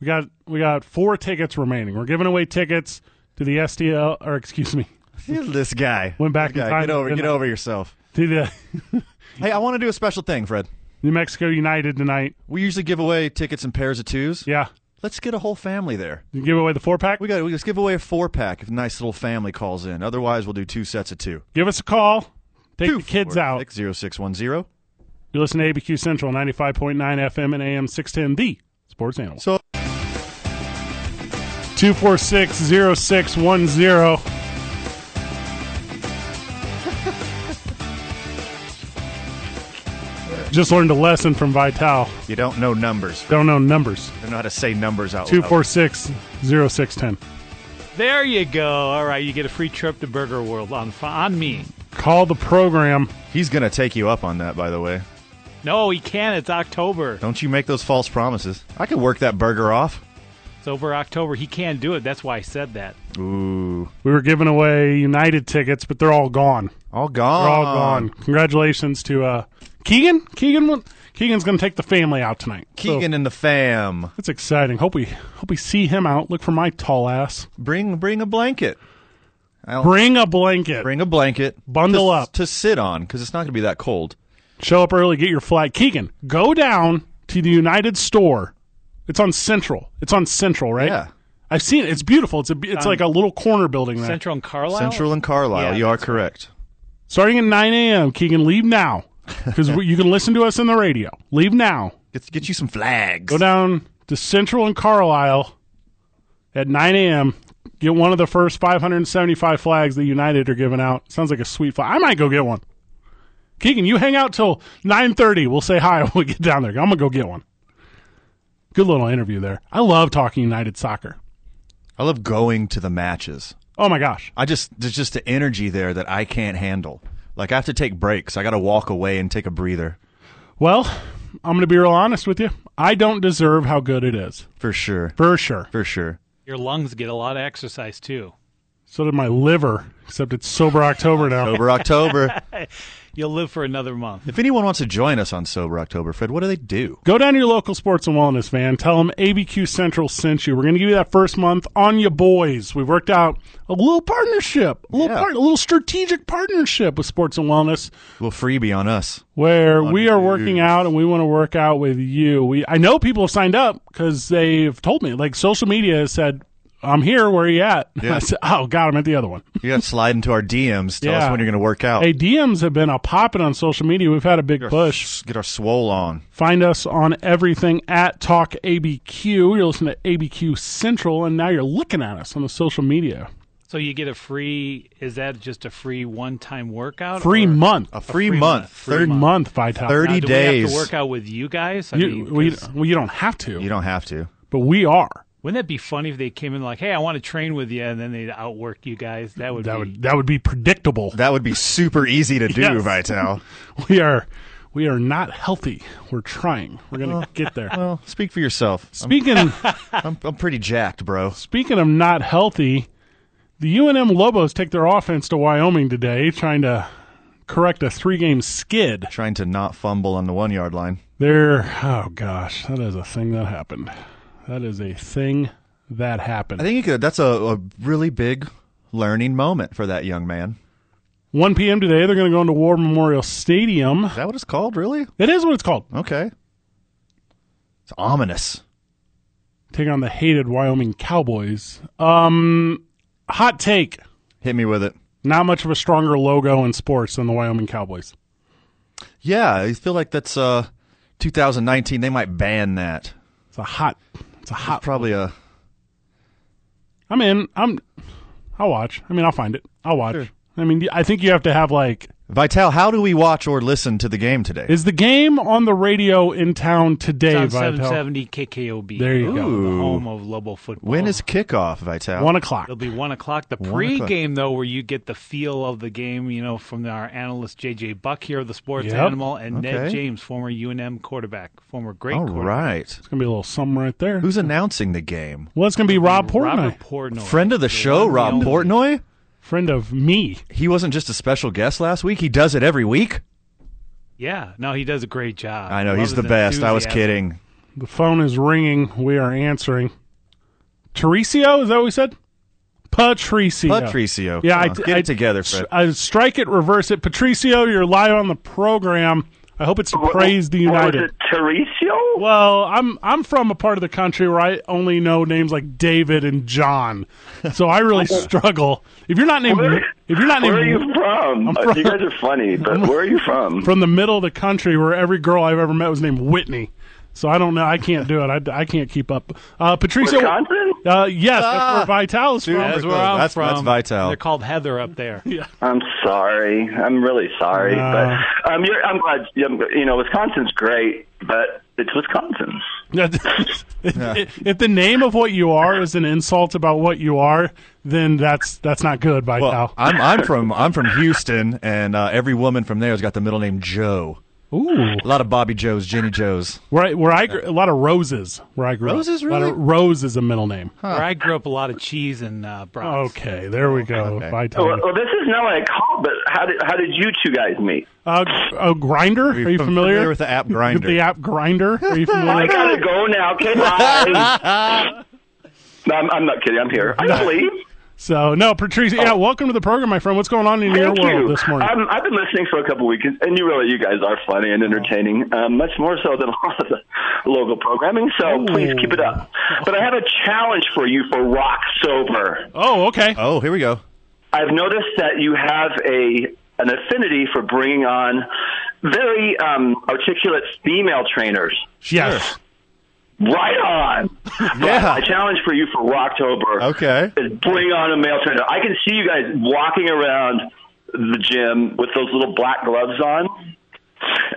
D: We got we got four tickets remaining. We're giving away tickets to the STL or excuse me,
E: This guy
D: Went back
E: This guy.
D: in time
E: Get over,
D: and-
E: get over yourself.
D: to the <laughs>
E: Hey, I want to do a special thing, Fred.
D: New Mexico United tonight.
E: We usually give away tickets in pairs of twos.
D: Yeah.
E: Let's get a whole family there.
D: You give away the four pack.
E: We got. We just give away a four pack if a nice little family calls in. Otherwise, we'll do two sets of two.
D: Give us a call. Take
E: Two
D: the kids
E: four
D: out.
E: Six zero six one zero.
D: You listen to ABQ Central 95.9 FM and AM 610, the sports animal.
E: So-
D: 2460610. Just learned a lesson from Vital.
E: You don't know numbers. Fred.
D: Don't know numbers.
E: You don't know how to say numbers out loud.
D: 2460610.
F: There you go. All right, you get a free trip to Burger World on fi- on me.
D: Call the program.
E: He's gonna take you up on that, by the way.
F: No, he can't. It's October.
E: Don't you make those false promises. I could work that burger off.
F: It's over October. He can't do it. That's why I said that.
E: Ooh,
D: We were giving away United tickets, but they're all gone.
E: all gone.
D: They're all gone. Congratulations to uh, Keegan. Keegan. won- Keegan's going to take the family out tonight. So-
E: Keegan and the fam.
D: That's exciting. Hope we hope we see him out. Look for my tall ass.
E: Bring bring a blanket.
D: Bring a blanket.
E: Bring a blanket.
D: Bundle
E: to-
D: up.
E: to sit on because it's not gonna be that cold.
D: Show up early. Get your flag. Keegan, go down to the United Store. It's on Central. It's on Central, right?
E: Yeah.
D: I've seen it. It's beautiful. It's a be- it's like a little corner building there.
F: Central and Carlisle.
E: Central and Carlisle.
F: Yeah,
E: you are correct.
D: Starting at 9 a.m. Keegan,
E: <laughs>
D: leave now because you can listen to us on the radio. Leave now.
E: Get get you some flags.
D: Go down to Central and Carlisle at 9 a.m. Get one of the first 575 flags that United are giving out. Sounds like a sweet flag. I might go get one. Keegan, you hang out till 9:30. We'll say hi. <laughs> We'll get down there. I'm gonna go get one. Good little interview there. I love talking United soccer.
E: I love going to the matches.
D: Oh my gosh,
E: I just there's just the energy there that I can't handle. Like I have to take breaks. I got to walk away and take a breather
D: Well, I'm gonna be real honest with you. I don't deserve how good it is
E: for sure.
D: for sure.
E: For sure.
F: Your lungs get a lot of exercise too.
D: So did my liver. Except it's sober October now.
E: Sober October.
F: You'll live for another month.
E: if anyone wants to join us on Sober October, Fred, what do they do?
D: Go down to your local sports and wellness van. Tell them ABQ Central sent you. We're going to give you that first month on your boys. We've worked out a little partnership, a little,
E: Yeah.
D: part, a little strategic partnership with sports and wellness,
E: A little freebie on us.
D: where we are working
E: you.
D: out and we want to work out with you. We I know people have signed up because they've told me. Like social media has said, "I'm here. Where are you at?" <laughs>
E: Yeah.
D: I said, "Oh God, I'm at the other one."
E: You got to slide into our DMs. Tell
D: Yeah.
E: us when you're going to work out.
D: Hey, DMs have been a popping on social media. We've had a big push.
E: Get our swole on.
D: Find us on everything at Talk ABQ. You're listening to ABQ Central, and now you're looking at us on the social media.
F: So you get a free. Is that just a free one-time workout?
D: Free
F: or-
D: month,
E: A free,
F: free
E: month.
F: month. Free
E: Thirty.
D: free month, Vital.
E: Thirty-
F: Now, Uh, do We have
E: days.
F: to work out with you guys. I
D: You,
F: mean,
D: we,
F: 'cause
D: well, you don't have to,
E: You don't have to.
D: but we are.
F: wouldn't that be funny if they came in like, "Hey, I want to train with you," and then they'd outwork you guys? That would
D: That
F: be
D: would that would be predictable.
E: That would be super easy to do,
D: Yes.
E: Vital.
D: <laughs> we are we are not healthy. We're trying. We're
E: Uh-huh.
D: gonna get
E: <laughs>
D: there.
E: Well, speak for yourself.
D: Speaking
E: I'm, I'm pretty jacked, bro.
D: speaking of not healthy, the UNM Lobos take their offense to Wyoming today, trying to correct a three game skid.
E: Trying to not fumble on the one yard line.
D: There, oh gosh, that is a thing that happened. That is a thing that happen.
E: I think you could. That's a, a really big learning moment for that young man.
D: 1 p.m. today, they're going to go into War Memorial Stadium.
E: Is that what it's called? Really?
D: That is what it's called.
E: Okay. It's ominous.
D: Take on the hated Wyoming Cowboys. Um, hot take.
E: Hit me with it.
D: Not much of a stronger logo in sports than the Wyoming Cowboys.
E: Yeah, I feel like that's uh, 2019. They might ban that.
D: It's a hot. It's a hot.
E: Probably a
D: I'm in. I'm. I'll watch. I mean, I'll find it. I'll watch. I mean, I think you have to have like.
E: Vital. How do we watch or listen to the game today?
D: Is the game on the radio in town today,
F: It's on
D: Vital?
F: 770 KKOB.
D: There you go.
F: The home of Lobo football.
E: when is kickoff, Vital?
D: One o'clock.
F: It'll be one o'clock. The
E: o'clock.
F: pregame, though, where you get the feel of the game, you know, from our analyst JJ Buck here, the sports
D: Yep.
F: animal, and Ned
E: Okay.
F: James, former UNM quarterback, former great
E: All
F: quarterback.
E: right.
D: It's gonna be a little something right there.
E: Who's announcing the game?
D: well, it's gonna be Rob Portnoy,
F: Robert Portnoy,
E: Friend of the show,
F: one and
E: Rob
F: only.
E: Portnoy.
D: friend of me.
E: He wasn't just a special guest last week. He does it every week.
F: Yeah, no, he does a great job.
E: I know
F: Love
E: he's the
F: his
E: best. I was
F: enthusiasm.
E: kidding.
D: The phone is ringing. We are answering. Teresio, is that what we said? Patricio.
E: Patricio.
D: Yeah,
E: come
D: I
E: on,
D: d-
E: get
D: I-
E: it together, Fred.
D: I strike it, reverse it. Patricio, you're live on the program. I hope it's to praise the United.
G: Was it Teresio?
D: Well, I'm I'm from a part of the country where I only know names like David and John, so I
G: <laughs>
D: really struggle. If you're not named, if you're not
G: Where are
D: named
G: you from?
D: I'm
G: Uh,
D: from-
G: You guys are funny, but where are you from?
D: from the middle of the country where every girl I've ever met was named Whitney, so I don't know. I can't do it. I, I can't keep up. Uh, Patricia,
G: Wisconsin?
D: uh, yes, that's where Vital is from.
E: Dude,
F: That's where
D: <laughs>
F: I'm
E: Ah. That's-
F: from.
E: that's Vital.
F: They're called Heather
E: <laughs>
F: up there.
G: I'm sorry. I'm really sorry,
D: Uh.
G: but um, you're, I'm glad. You know, Wisconsin's great, but it's Wisconsin.
D: if, if- if the name of what you are is an insult about what you are, then that's that's not good, Vital.
E: Well, I'm I'm from I'm from Houston, and uh, every woman from there has got the middle name Joe.
D: Ooh.
E: A lot of Bobby Joes, Jenny Joes.
D: Where I, where I gr- a lot of roses. Where I grew up.
E: Roses,
D: A lot of-
E: really?
D: Rose is a middle name.
F: Where I grew up, a lot of cheese and uh, brats.
D: Oh, Okay, there we go.
E: Okay.
D: Vital.
G: Well, well, this is not what I called, but how did how did you two guys meet?
D: Uh, oh, Grinder. Are you
E: fam-
D: familiar,
E: with the app
D: With
E: Grinder?
D: the app Grinder? Are you
E: <laughs>
G: I
D: familiar?
G: gotta go
D: <laughs>
G: now. Okay, bye. no, I'm, I'm not kidding. I'm here. I don't
D: <laughs>
G: leave.
D: so no, Patricia. Yeah, welcome to the program, my friend. What's going on in your
G: Oh. Thank
D: world
G: you.
D: this morning?
G: Um, I've been listening for a couple weeks, and you really, you guys are funny and entertaining, um, much more so than a lot of the local programming. So please keep it up. But I have a challenge for you for rock sober.
D: oh, okay.
E: Oh, here we go.
G: I've noticed that you have a an affinity for bringing on very um, articulate female trainers.
D: yes.
G: Right on.
E: <laughs> Yeah.
G: My challenge for you for Rocktober
E: Okay.
G: is bring on a male trainer. I can see you guys walking around the gym with those little black gloves on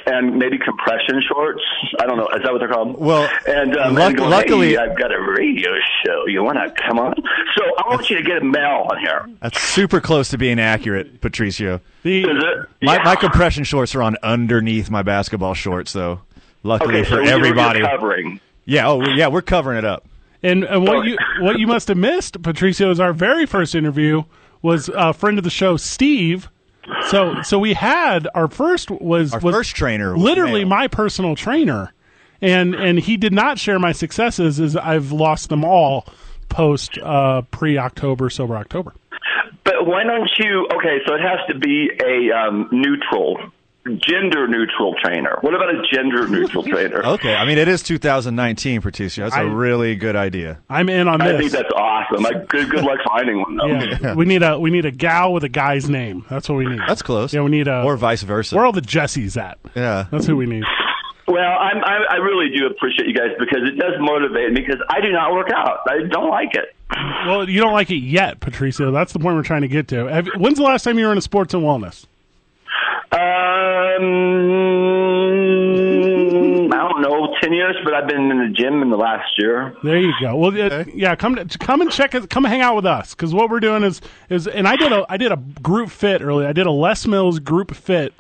G: and maybe compression shorts. I don't know. Is that what they're called?
E: Well,
G: and, um,
E: luck-
G: and going,
E: luckily-
G: "Hey, I've got a radio show. You want to come on? So I want you to get a male on here.
E: That's super close to being accurate, Patricio.
G: Is
D: The,
G: it?
E: My,
G: Yeah.
E: my compression shorts are on underneath my basketball shorts, though. Luckily
G: okay,
E: <laughs>
G: so
E: for
G: you're-
E: everybody.
G: You're covering.
E: Yeah. Oh, yeah. We're covering it up.
D: and, and what
G: Sorry.
D: you what you must have missed, Patricio, is our very first interview was a friend of the show, Steve. So so we had our first was
E: Our
D: was
E: first trainer was
D: literally
E: male.
D: my personal trainer, and and he did not share my successes as I've lost them all post uh, pre October sober October.
G: But why don't you? Okay, so it has to be a um, neutral, gender neutral trainer. What about a gender neutral trainer?
E: Okay. I mean, it is 2019, Patricio. That's a
D: I-
E: really good idea.
D: I'm in on
G: I
D: this.
G: think that's awesome. I, good, good luck finding one though.
D: yeah. <laughs> we need a we need a gal with a guy's name. That's what we need.
E: That's close.
D: Yeah, we need a.
E: or vice versa.
D: where all the Jessies at?
E: Yeah.
D: that's who we need.
G: Well, I'm, I, I really do appreciate you guys because it does motivate me because I do not work out. I don't like it.
D: Well, you don't like it yet, Patricio. That's the point we're trying to get to. Have, when's the last time you were in a sports and wellness?
G: Um, I don't know, ten years, but I've been in the gym in the last year.
D: There you go. Well, yeah, yeah, come to- come and check. us- Come hang out with us because what we're doing is is and I did a I did a group fit earlier. I did a Les Mills group fit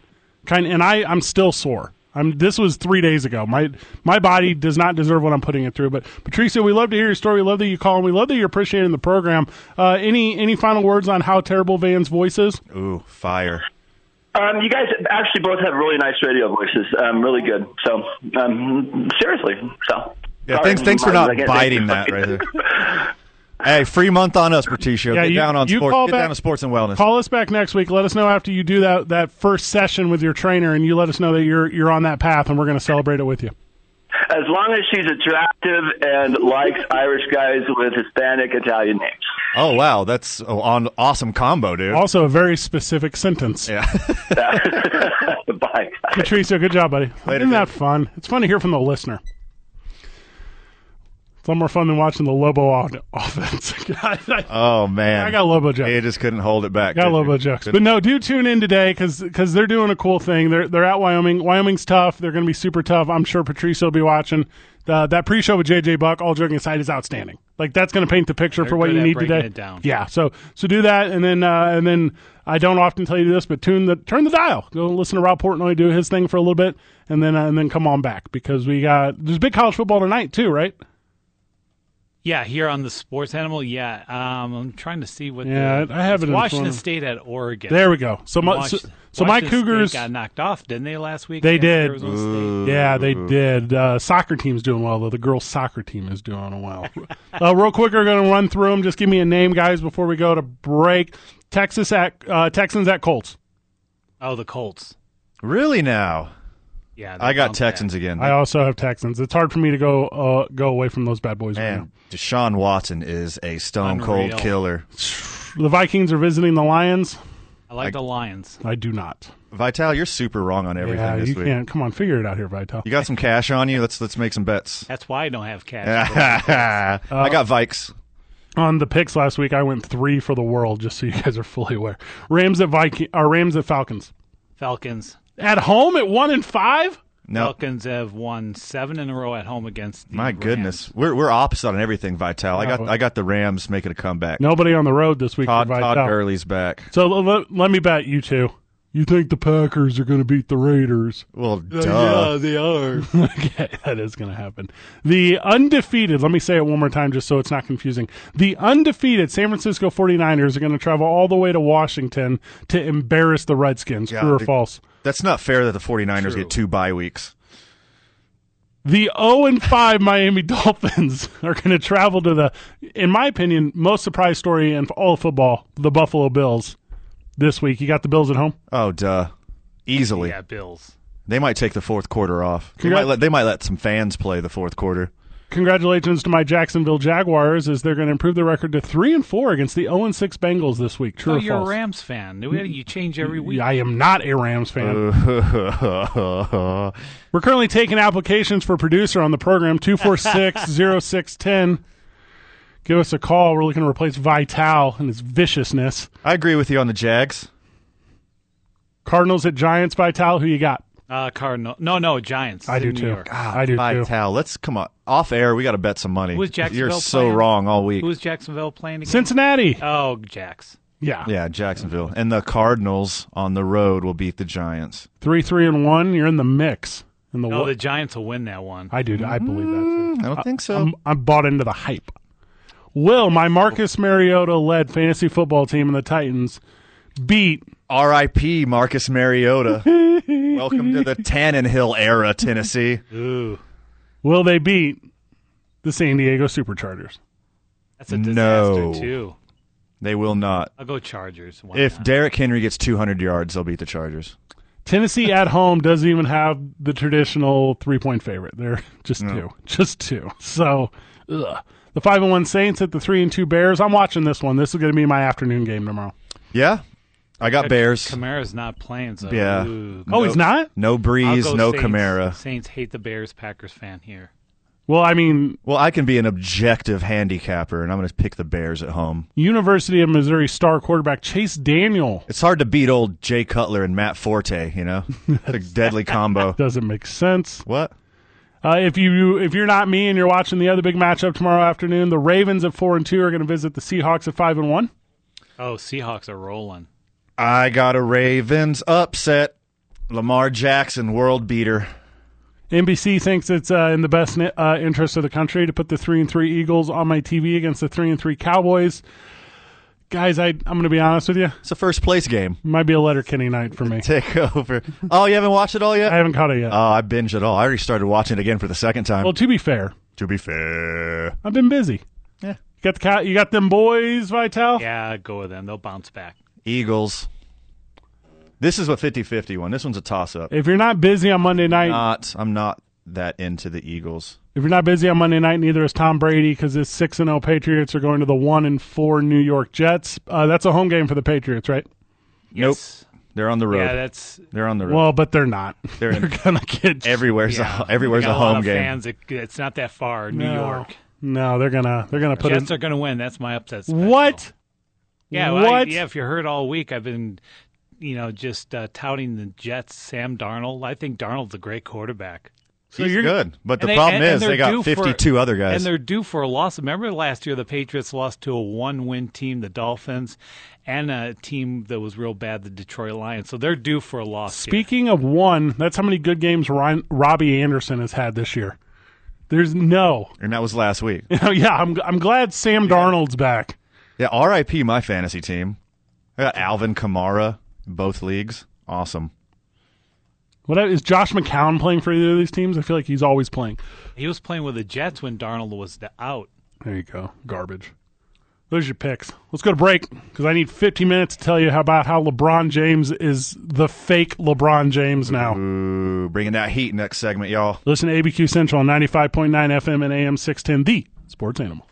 D: kind, and I I'm still sore. I'm this was three days ago. My my body does not deserve what I'm putting it through. But Patricia, we love to hear your story. We love that you call, and we love that you're appreciating the program. Uh, any any final words on how terrible Van's voice is?
E: Ooh, fire.
G: Um, you guys actually both have really nice radio voices. Um, really good. So, um, seriously, so
E: Yeah, thanks, thanks for not biting that right there. Hey, free month on us, Berticio.
D: Yeah,
E: get
D: you-
E: down on
D: you
E: sports.
D: call
E: Get
D: back-
E: down to sports and wellness.
D: Call us back next week. Let us know after you do that that first session with your trainer, and you let us know that you're you're on that path, and we're going to celebrate it with you.
H: <laughs> As long as she's attractive and likes Irish guys with Hispanic Italian names. <laughs>
E: Oh wow, that's an on awesome combo, dude.
D: Also, a very specific sentence.
E: Yeah.
H: Bye.
D: Patricio, good job, buddy.
E: Later,
D: Isn't that
E: dude.
D: fun? It's fun to hear from the listener. It's a lot more fun than watching the Lobo on <laughs> offense. God, I,
E: Oh man,
D: I got Lobo jokes.
E: You just couldn't hold it back.
D: Got
E: did
D: a little bit
E: you?
D: of jokes, but
E: Couldn't-
D: no, do tune in today because they're doing a cool thing. They're they're at Wyoming. Wyoming's tough. They're going to be super tough. I'm sure Patricio will be watching. The, that pre-show with JJ Buck, all joking aside, is outstanding. Like that's going to paint the picture for what
F: good
D: you
F: at
D: need
F: breaking
D: today.
F: it down.
D: Yeah, so so do that, and then uh, and then I don't often tell you this, but tune the turn the dial. Go listen to Rob Portnoy do his thing for a little bit, and then uh, and then come on back because we got there's big college football tonight too, right?
F: Yeah, here on the sports animal. Yeah, um, I'm trying to see what.
D: Yeah,
F: the,
D: I have it
F: it's
D: in front
F: Washington
D: of-
F: State at Oregon.
D: There we go. So my so,
F: Washington-
D: so my
F: Washington State
D: Cougars
F: got knocked off, didn't they last week?
D: They
F: against
D: did.
F: Arizona State?
D: Yeah, they did. Uh, soccer team's doing well though. The girls' soccer team is doing
F: <laughs>
D: well. uh, real quick, we're going to run through them. Just give me a name, guys, before we go to break. Texas at uh, Texans at Colts.
F: Oh, the Colts.
E: Really now,
F: Yeah, they
E: I got
F: bounced back.
E: Texans again.
D: I also have Texans. It's hard for me to go uh, go away from those bad boys. Right now.
E: Man, Deshaun Watson is a stone
F: Unreal.
E: cold killer.
D: The Vikings are visiting the Lions.
F: I like the Lions.
D: I do not.
E: Vital, you're super wrong on everything
D: yeah,
E: this
D: you
E: week.
D: can't. Come on, figure it out here, Vital.
E: You got some cash on you? Let's let's make some
D: <laughs>
E: bets.
F: That's why I don't have
D: Uh,
F: cash.
E: I got Vikes.
D: On the picks last week, I went three for the world. Just so you guys are fully aware. Rams at Viking. Or Rams at Falcons.
E: <laughs>
F: Falcons.
D: At home at one and five.
E: No,
F: Falcons have won seven in a row at home against. The
E: my
F: Rams.
E: goodness, we're we're opposite on everything. Vital, I got
D: No.
E: I got the Rams making a comeback.
D: Nobody on the road this week.
E: Todd
D: for
E: Todd
D: Vital.
E: Gurley's back.
D: So l- let, let me bet you two. You think the Packers are going to beat the Raiders? <laughs>
E: Well,
F: Uh,
E: duh.
D: Oh,
F: they are.
D: okay, that is going to happen. The undefeated, let me say it one more time just so it's not confusing. The undefeated San Francisco 49ers are going to travel all the way to Washington to embarrass the Redskins.
E: Yeah,
D: true or
E: they-
D: false?
E: That's not fair that the 49ers get two bye weeks.
D: The 0 and 5 Miami <laughs> Dolphins are going to travel to the, in my opinion, most surprise story in all of football, the Buffalo Bills this week. You got the Bills at home?
E: Oh, duh. Easily.
F: yeah, Bills.
E: They might take the fourth quarter off. They
D: Congrats-
E: might, let, they might let some fans play the fourth quarter. <laughs>
D: congratulations to my Jacksonville Jaguars as they're going to improve their record to three and four against the zero and six Bengals this week. True
F: Oh,
D: or
F: you're a
D: false?
F: Rams fan. You change every week.
D: Yeah, I am not a Rams
E: Uh.
D: fan. We're currently taking applications for producer on the program 246-0610. Give us a call. We're looking to replace Vital and his viciousness.
E: I agree with you on the Jags.
D: Cardinals at Giants. Vital, who you got?
F: Uh, Cardinal. No, no, Giants.
D: I do
F: in New
D: too.
F: York.
D: I do
E: Bye,
D: too.
E: Tal. Let's come on. Off air, we got to bet some money.
F: Who is Jacksonville
E: You're so
F: playing?
E: wrong all week.
F: Who is Jacksonville playing against?
D: Cincinnati.
F: oh, Jacks.
D: Yeah.
E: yeah, Jacksonville. And the Cardinals on the road will beat the Giants.
D: Three, three, and one. You're in the mix. In the,
F: No,
D: wo-
F: the Giants will win that one.
D: I do. I believe that too.
E: I don't think so.
D: I'm, I'm bought into the hype. Will my Marcus Mariota led fantasy football team and the Titans beat?
E: R.I.P. Marcus
D: <laughs>
E: Mariota. Welcome to the Tannenhill era, Tennessee.
F: Ooh,
D: Will they beat the San Diego Superchargers?
F: that's a disaster
E: No.
F: too.
E: They will not.
F: I'll go Chargers. Why
E: If
F: not?
E: Derrick Henry gets 200 yards, they'll beat the Chargers.
D: Tennessee at home doesn't even have the traditional three point favorite. They're just two, just two. So, ugh. the five and one Saints at the three and two Bears. I'm watching this one. This is going to be my afternoon game tomorrow.
E: Yeah, I got Bears.
F: Kamara's not playing, so
E: Yeah.
F: ooh.
D: Oh, he's not.
E: No
F: I'll
E: Breeze,
F: go
E: no
F: Saints.
E: Camara.
F: Saints hate the Bears. Packers fan here.
D: Well, I mean,
E: Well, I can be an objective handicapper, and I'm going to pick the Bears at home.
D: University of Missouri star quarterback Chase Daniel
E: It's hard to beat old Jay Cutler and Matt Forte, you <laughs> know? It's a deadly combo. <laughs>
D: doesn't make sense.
E: What?
D: Uh, if you if you're not me and you're watching the other big matchup tomorrow afternoon, the Ravens at four and two are going to visit the Seahawks at five and one.
F: Oh, Seahawks are rolling.
E: I got a Ravens upset. Lamar Jackson, world beater.
D: NBC thinks it's uh, in the best ni- uh, interest of the country to put the three and three Eagles on my TV against the three and three Cowboys. Guys, I, I'm going to be honest with you.
E: It's a first place game. <laughs>
D: Might be a letter Kenny night for me.
E: Take over. Oh, you haven't watched it all yet?
D: I haven't caught it yet.
E: Oh, I binged it all. I already started watching it again for the second time.
D: well, to be fair,
E: to be fair,
D: I've been busy.
E: Yeah.
D: You got the cow- you got them boys, Vital.
F: Yeah, go with them. They'll bounce back.
E: Eagles. This is a 50-50 one. This one's a toss-up.
D: If you're not busy on Monday night,
E: Not, I'm not that into the Eagles.
D: if you're not busy on Monday night, neither is Tom Brady because his six and zero Patriots are going to the one and four New York Jets. Uh, that's a home game for the Patriots, right?
F: Yes.
E: They're on the road.
F: Yeah, that's
E: They're on the road.
D: Well, but they're not. <laughs>
E: They're
F: <laughs>
E: in-
D: gonna get
E: everywhere's
F: yeah.
E: a, everywhere's
F: They got
E: a
F: a lot
E: home
F: of
E: game.
F: Fans, it, it's not that far. New
D: No.
F: York
D: No, they're gonna they're gonna put
F: Jets
D: it.
F: are going to win. That's my upset. Special.
D: <laughs> What?
F: Yeah, well, I-
D: What?
F: yeah. If you heard all week, I've been, you know, just uh, touting the Jets. Sam Darnold. I think Darnold's a great quarterback.
E: He's
D: you're-
E: good, but the
F: And they-
E: problem
F: and- and
E: is
F: they're
E: they
F: due
E: got
F: for-
E: 52 other guys.
F: And they're due for a loss. Remember last year, the Patriots lost to a one win team, the Dolphins, and a team that was real bad, the Detroit Lions. So they're due for a loss. here.
D: Speaking of one, that's how many good games Ryan, Robbie Anderson has had this year. There's no. <laughs>
E: and that was last
F: <laughs>
E: week.
D: yeah, I'm I'm glad Sam Darnold's back.
E: Yeah, R.I.P. my fantasy team. I got Alvin Kamara, both leagues. Awesome.
D: What is Josh McCown playing for either of these teams? I feel like he's always playing.
F: He was playing with the Jets when Darnold was the out.
D: There you go. Garbage. Those are your picks. Let's go to break because I need 50 minutes to tell you how- about how LeBron James is the fake LeBron James now.
E: Ooh, bringing that heat next segment, y'all.
D: Listen to ABQ Central on 95.9 FM and AM 610, the sports animal.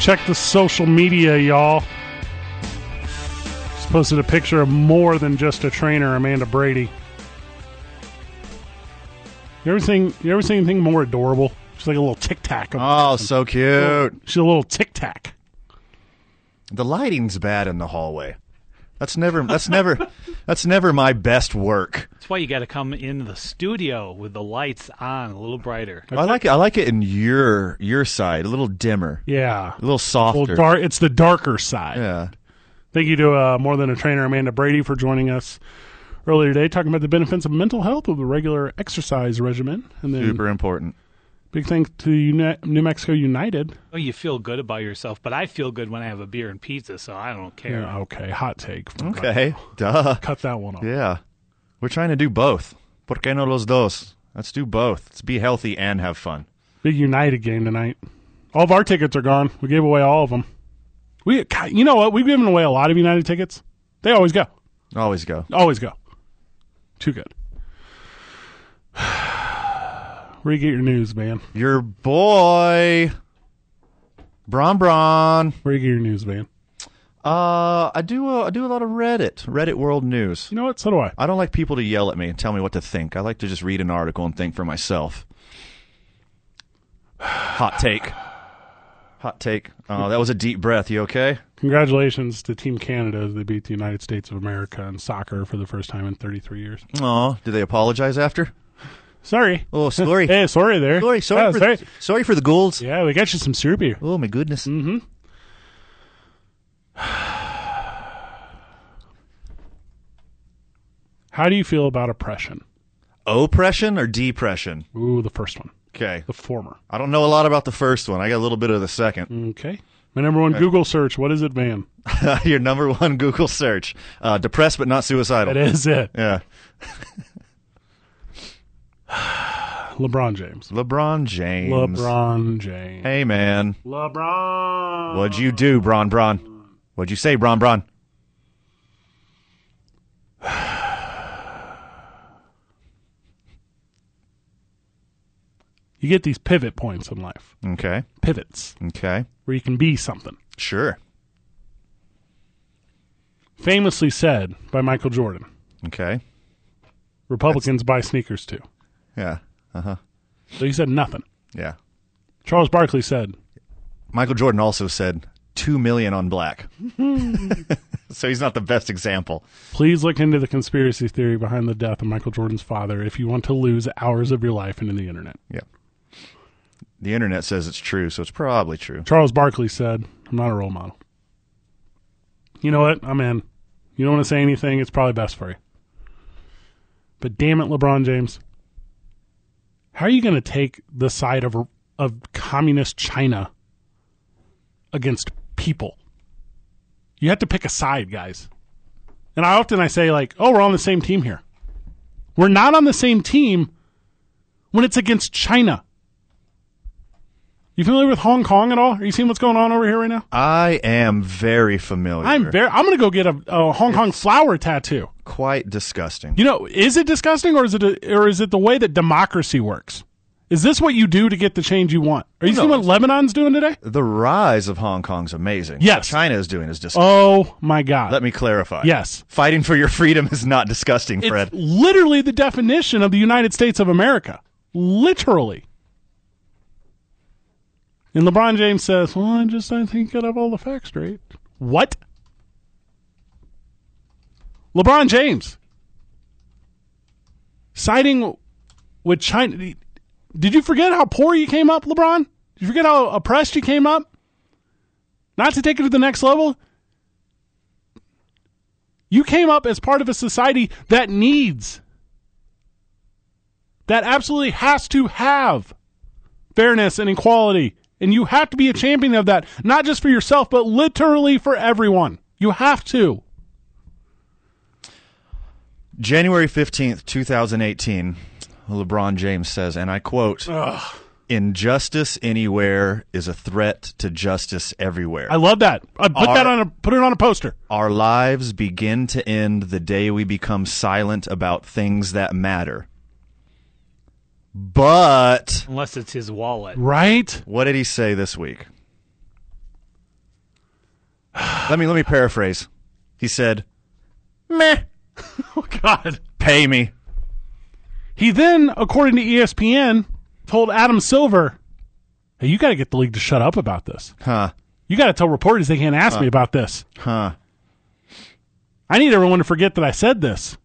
D: Check the social media, y'all. Just posted a picture of more than just a trainer, Amanda Brady. You ever seen you ever seen anything more adorable? She's like a little tic tac.
E: Oh, so cute.
D: She's a little tic tac.
E: The lighting's bad in the hallway. That's never. That's never. <laughs> That's never my best work.
F: That's why you got to come in the studio with the lights on, a little brighter.
E: I like. It, I like it in your your side, a little dimmer,
D: Yeah.
E: a little
D: Well,
E: softer.
D: dar- it's the darker side.
E: Yeah.
D: Thank you to uh, more than a trainer, Amanda Brady, for joining us earlier today, talking about the benefits of mental health of the regular exercise regimen. And then
E: Super important.
D: big thanks to Uni- New Mexico United.
F: Oh, you feel good about yourself, but I feel good when I have a beer and pizza, so I don't care.
D: Yeah, okay, hot take.
E: Okay. Duh.
D: Cut that one off.
E: Yeah. We're trying to do both. Por qué no los dos? Let's do both. Let's be healthy and have fun.
D: Big United game tonight. All of our tickets are gone. We gave away all of them. We, God, you know what? We've given away a lot of United tickets. They always go.
E: Always go.
D: Always go. Too good. <sighs> Where you get your news, man?
E: Your boy, Bron Bron.
D: Where you get your news, man?
E: Uh, I do. A, I do a lot of Reddit. Reddit World News.
D: You know what? So do I.
E: I don't like people to yell at me and tell me what to think. I like to just read an article and think for myself. <sighs> Hot take. Hot take.
D: <laughs>
E: Oh, that was a deep breath. You okay?
D: Congratulations to Team Canada as they beat the United States of America in soccer for the first time in 33 years.
E: Oh, did they apologize after?
D: Sorry.
E: Oh, sorry.
D: <laughs> Hey, sorry there.
E: Sorry, sorry,
D: Oh,
E: for,
D: sorry.
E: sorry for the goals.
D: Yeah, Mm-hmm. we got you some syrup here.
E: Oh my goodness.
D: How do you feel about oppression?
E: Oppression or depression?
D: Ooh, the first one.
E: Okay.
D: The former.
E: I don't know a lot about the first one. I got a little bit of the second.
D: Okay. My number one Google search. What is it, man?
E: <laughs>
D: Mm-hmm.
E: Your number one Google search: uh, depressed but not
D: That
E: suicidal.
D: is it.
E: Yeah.
D: LeBron James.
E: LeBron James.
D: LeBron James.
E: Hey man,
D: LeBron.
E: what'd you do, Bron Bron? What'd you say, Bron Bron?
D: You get these pivot points in life.
E: Okay.
D: Pivots.
E: Okay.
D: Where you can be something.
E: Sure.
D: Famously said by Michael Jordan.
E: Okay.
D: Republicans buy sneakers too.
E: Yeah. uh-huh,
D: So he said nothing.
E: Yeah.
D: Charles Barkley said,
E: Michael Jordan also said two million on black. <laughs> so he's not the best example.
D: Please look into the conspiracy theory behind the death of Michael Jordan's father if you want to lose hours of your life into the internet.
E: Yeah. The internet says it's true, so it's probably true.
D: Charles Barkley said, I'm not a role model. You know what? I'm in. You don't want to say anything, it's probably best for you. But damn it, LeBron James, how are you going to take the side of of communist China against people? You have to pick a side, guys. And I often I say like, "Oh, we're on the same team here." We're not on the same team when it's against China. You familiar with Hong Kong at all? Are you seeing what's going on over here right now?
E: I am very familiar.
D: I'm very. I'm going to go get a, a Hong Kong flower tattoo.
E: quite disgusting.
D: You know, is it disgusting or is it a, or is it the way that democracy works? Is this what you do to get the change you want? Are you seeing what Lebanon's doing today?
E: the rise of Hong Kong's amazing.
D: Yes.
E: What China is doing is disgusting.
D: Oh my God!
E: Let me clarify.
D: Yes.
E: Fighting for your freedom is not disgusting, Fred.
D: It's literally the definition of the United States of America. Literally. And LeBron James says, "Well, I just I think I have all the facts straight." What? LeBron James siding with China. Did you forget how poor you came up, LeBron? Did you forget how oppressed you came up? Not to take it to the next level, you came up as part of a society that needs, that absolutely has to have fairness and equality. And you have to be a champion of that, not just for yourself, but literally for everyone. You have to.
E: January 15th, 2018, LeBron James says, and I quote, Injustice anywhere is a threat to justice everywhere.
D: I love that. I put
E: Our-
D: that on a put it on a poster.
E: Our lives begin to end the day we become silent about things that matter. But
F: unless it's his wallet.
D: Right?
E: what did he say this week? let me let me paraphrase. He said, "Meh,
D: <laughs> Oh God.
E: pay me."
D: He then, according to E ESPN, told Adam Silver, "Hey, you got to get the league to shut up about this.
E: Huh.
D: You got to tell reporters they can't ask me about this.
E: Huh.
D: I need everyone to forget that I said this.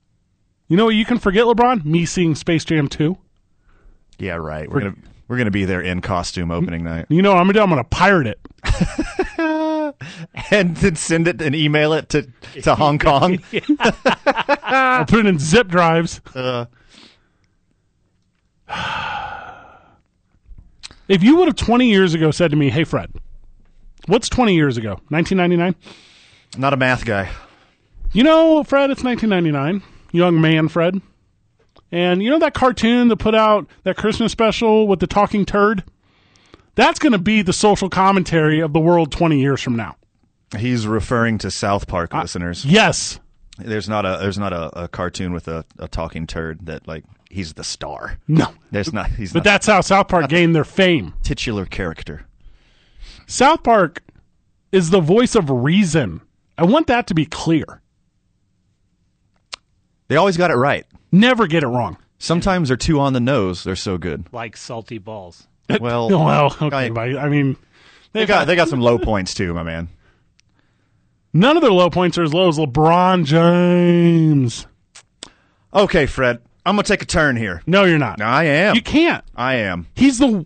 D: You know what you can forget, LeBron? Me seeing Space Jam 2.
E: Yeah, right. We're going to we're going to be there in costume opening night.
D: You know what I'm going to do? I'm going to pirate
E: <laughs>
D: it.
E: and then send it and email it to
D: <laughs>
E: to Hong Kong.
D: I'll put it in zip drives. if you would have 20 years ago said to me, hey, Fred, what's 20 years ago? 1999?
E: Not a math guy.
D: You know, Fred, it's 1999. Young man, Fred. And you know that cartoon that put out that Christmas special with the talking turd? That's going to be the social commentary of the world 20 years from now.
E: He's referring to South Park listeners.
D: Yes.
E: There's not a there's not a, a cartoon with a, a talking turd that like he's the star.
D: No.
E: There's not he's
D: But
E: not
D: that's how South Park gained their fame.
E: a titular character.
D: South Park is the voice of reason. I want that to be clear.
E: They always got it right.
D: Never get it wrong. <laughs>
E: Sometimes they're too on the nose. They're so good.
F: Like salty balls.
E: Well,
D: Well, okay.
E: I-
D: but I mean,
E: they got they got some low points too, my man.
D: none of their low points are as low as LeBron James.
E: Okay, Fred, I'm gonna take a turn here.
D: No, you're not.
E: I am.
D: You can't.
E: I am.
D: He's the.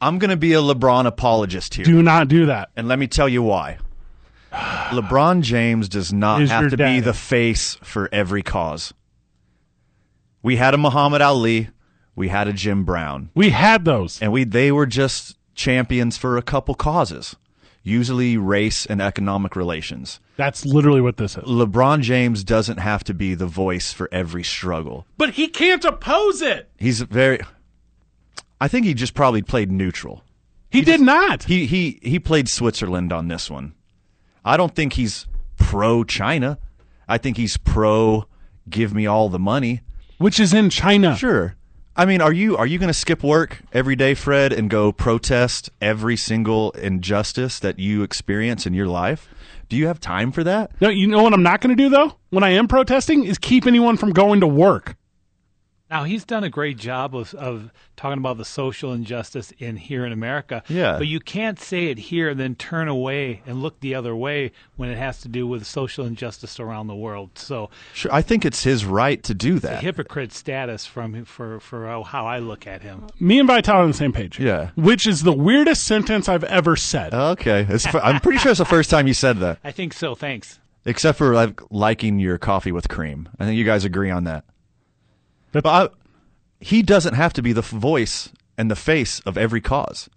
E: I'm gonna be a LeBron apologist here.
D: Do not do that.
E: And let me tell you why. LeBron James does not
D: Is your
E: have to
D: daddy.
E: be the face for every cause. We had a Muhammad Ali, we had a Jim Brown,
D: We had those.
E: and we they were just champions for a couple causes, usually race and economic relations.
D: That's literally what this is.
E: LeBron James doesn't have to be the voice for every struggle.
D: But he can't oppose it.
E: He's very I think he just probably played neutral.
D: He, did not.
E: He he he played Switzerland on this one. I don't think he's pro China. I think he's pro give me all the money.
D: which is in China.
E: Sure. I mean, are you are you going to skip work every day, Fred, and go protest every single injustice that you experience in your life? Do you have time for that?
D: No, you know what I'm not going to do though. When I am protesting, is keep anyone from going to work.
F: Now he's done a great job of, of talking about the social injustice in here in America.
E: Yeah.
F: But you can't say it here and then turn away and look the other way when it has to do with social injustice around the world. So
E: Sure. I think it's his right to do
F: a
E: that.
F: hypocrite status from for for how- how I look at him.
D: Me and Vital on the same page.
E: Yeah.
D: Which is the weirdest sentence I've ever said.
E: Okay, it's, I'm pretty sure it's the first time you said that,
F: I think so. Thanks.
E: except for like liking your coffee with cream. I think you guys agree on that.
D: That's,
E: But I, he doesn't have to be the f- voice and the face of every cause.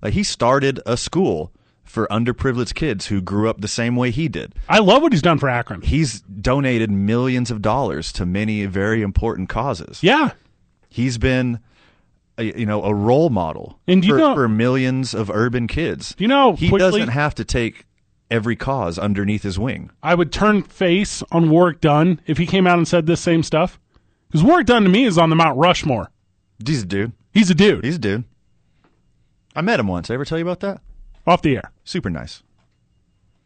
E: Like he started a school for underprivileged kids who grew up the same way he did.
D: I love what he's done for Akron.
E: He's donated millions of dollars to many very important causes.
D: Yeah.
E: He's been a, you know a role model
D: And you
E: for,
D: know-
E: for millions of urban kids.
D: You know,
E: he
D: quickly-
E: doesn't have to take every cause underneath his wing.
D: I would turn face on Warwick Dunn if he came out and said this same stuff. Because Warwick Dunn to me is on the Mount Rushmore.
E: He's a dude.
D: He's a dude
E: He's a dude. I met him once. Did I ever tell you about that?
D: off the air.
E: Super nice.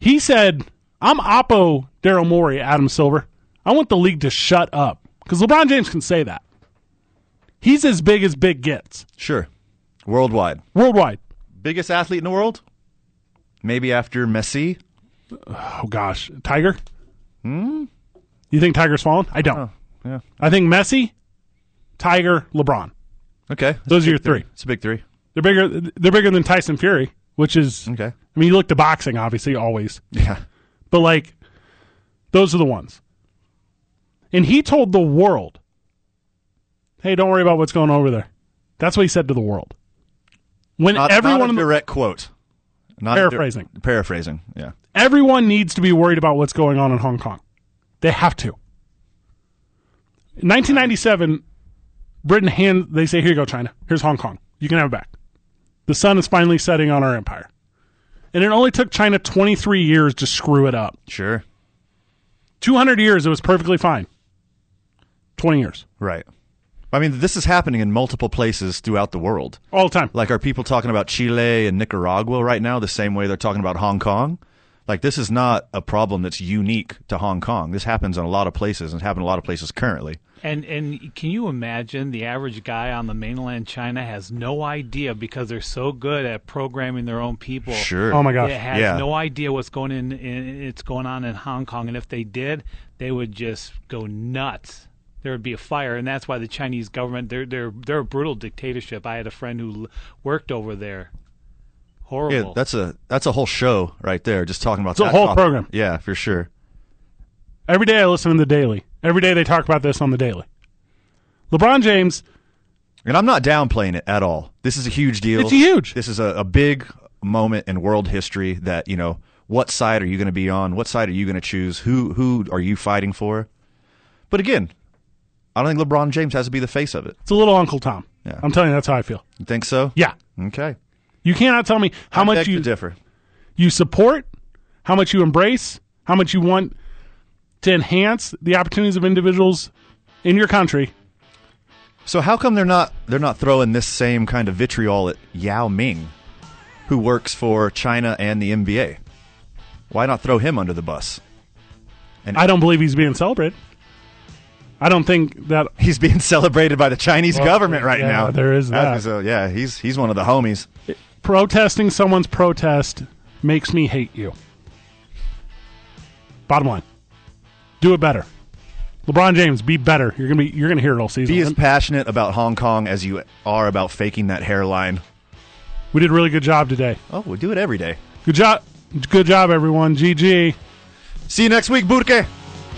D: He said, I'm Oppo Daryl Morey, Adam Silver. I want the league to shut up. Because LeBron James can say that. He's as big as big gets
E: Sure. Worldwide.
D: worldwide.
E: Biggest athlete in the world? Maybe after Messi?
D: Oh, gosh. Tiger? Hmm? You think Tiger's fallen? I don't.
E: Oh, yeah.
D: I think Messi, Tiger, LeBron.
E: Okay.
D: Those are your three.
E: It's a big three. <laughs>
D: They're bigger. They're bigger than Tyson Fury, which is
E: Okay.
D: I mean, you look to boxing, obviously, always,
E: Yeah.
D: but like those are the ones. And he told the world, "Hey, don't worry about what's going on over there." That's what he said to the world. When
E: Not,
D: everyone,
E: not a
D: in the-
E: direct quote. Not a dir-
D: Paraphrasing.
E: paraphrasing. Yeah.
D: everyone needs to be worried about what's going on in Hong Kong. They have to. In 1997, Britain hand they say, "Here you go, China. Here's Hong Kong. You can have it back." The sun is finally setting on our empire, and it only took China 23 years to screw it up.
E: Sure.
D: 200 years, it was perfectly fine. 20 years,
E: Right. I mean, this is happening in multiple places throughout the world.
D: all the time.
E: Like, are people talking about Chile and Nicaragua right now the same way they're talking about Hong Kong? Like, this is not a problem that's unique to Hong Kong. This happens in a lot of places and it's happened in a lot of places currently.
F: And and can you imagine the average guy on the mainland China has no idea because they're so good at programming their own people.
E: Sure.
D: Oh my gosh!
F: It has
E: Yeah.
F: no idea what's going in, in it's going on in Hong Kong, and if they did, they would just go nuts. There would be a fire, and that's why the Chinese government they're they're they're a brutal dictatorship. I had a friend who l- worked over there. Horrible.
E: Yeah, that's a that's a whole show right there. Just talking about
D: a
E: that
D: whole
E: topic.
D: program.
E: Yeah, for sure.
D: Every day I listen to the Daily. Every day they talk about this on the Daily. LeBron James,
E: And I'm not downplaying it at all. This is a huge deal.
D: It's huge.
E: This is a, a big moment in world history that you know. What side are you going to be on? What side are you going to choose? Who who are you fighting for? But again, I don't think LeBron James has to be the face of it.
D: it's a little Uncle Tom.
E: Yeah.
D: I'm telling you, that's how I feel.
E: You think so?
D: Yeah,
E: Okay.
D: you cannot tell me how
E: Beg
D: much
E: to
D: you
E: differ?
D: you support, how much you embrace, how much you want to enhance the opportunities of individuals in your country.
E: So how come they're not they're not throwing this same kind of vitriol at Yao Ming, who works for China and the NBA? Why not throw him under the bus? <laughs>
D: I don't believe he's being celebrated. I don't think that
E: He's being celebrated by the Chinese government right
D: yeah,
E: now.
D: there is that.
E: That's- uh, yeah, he's he's one of the homies.
D: protesting someone's protest makes me hate you. Bottom line, do it better. LeBron James, be better. You're gonna be. You're gonna hear it all season.
E: Be as
D: And
E: passionate about Hong Kong as you are about faking that hairline.
D: we did a really good job today.
E: Oh, we do it every day.
D: Good job. Good job, everyone. GG.
E: See you next week, Burke.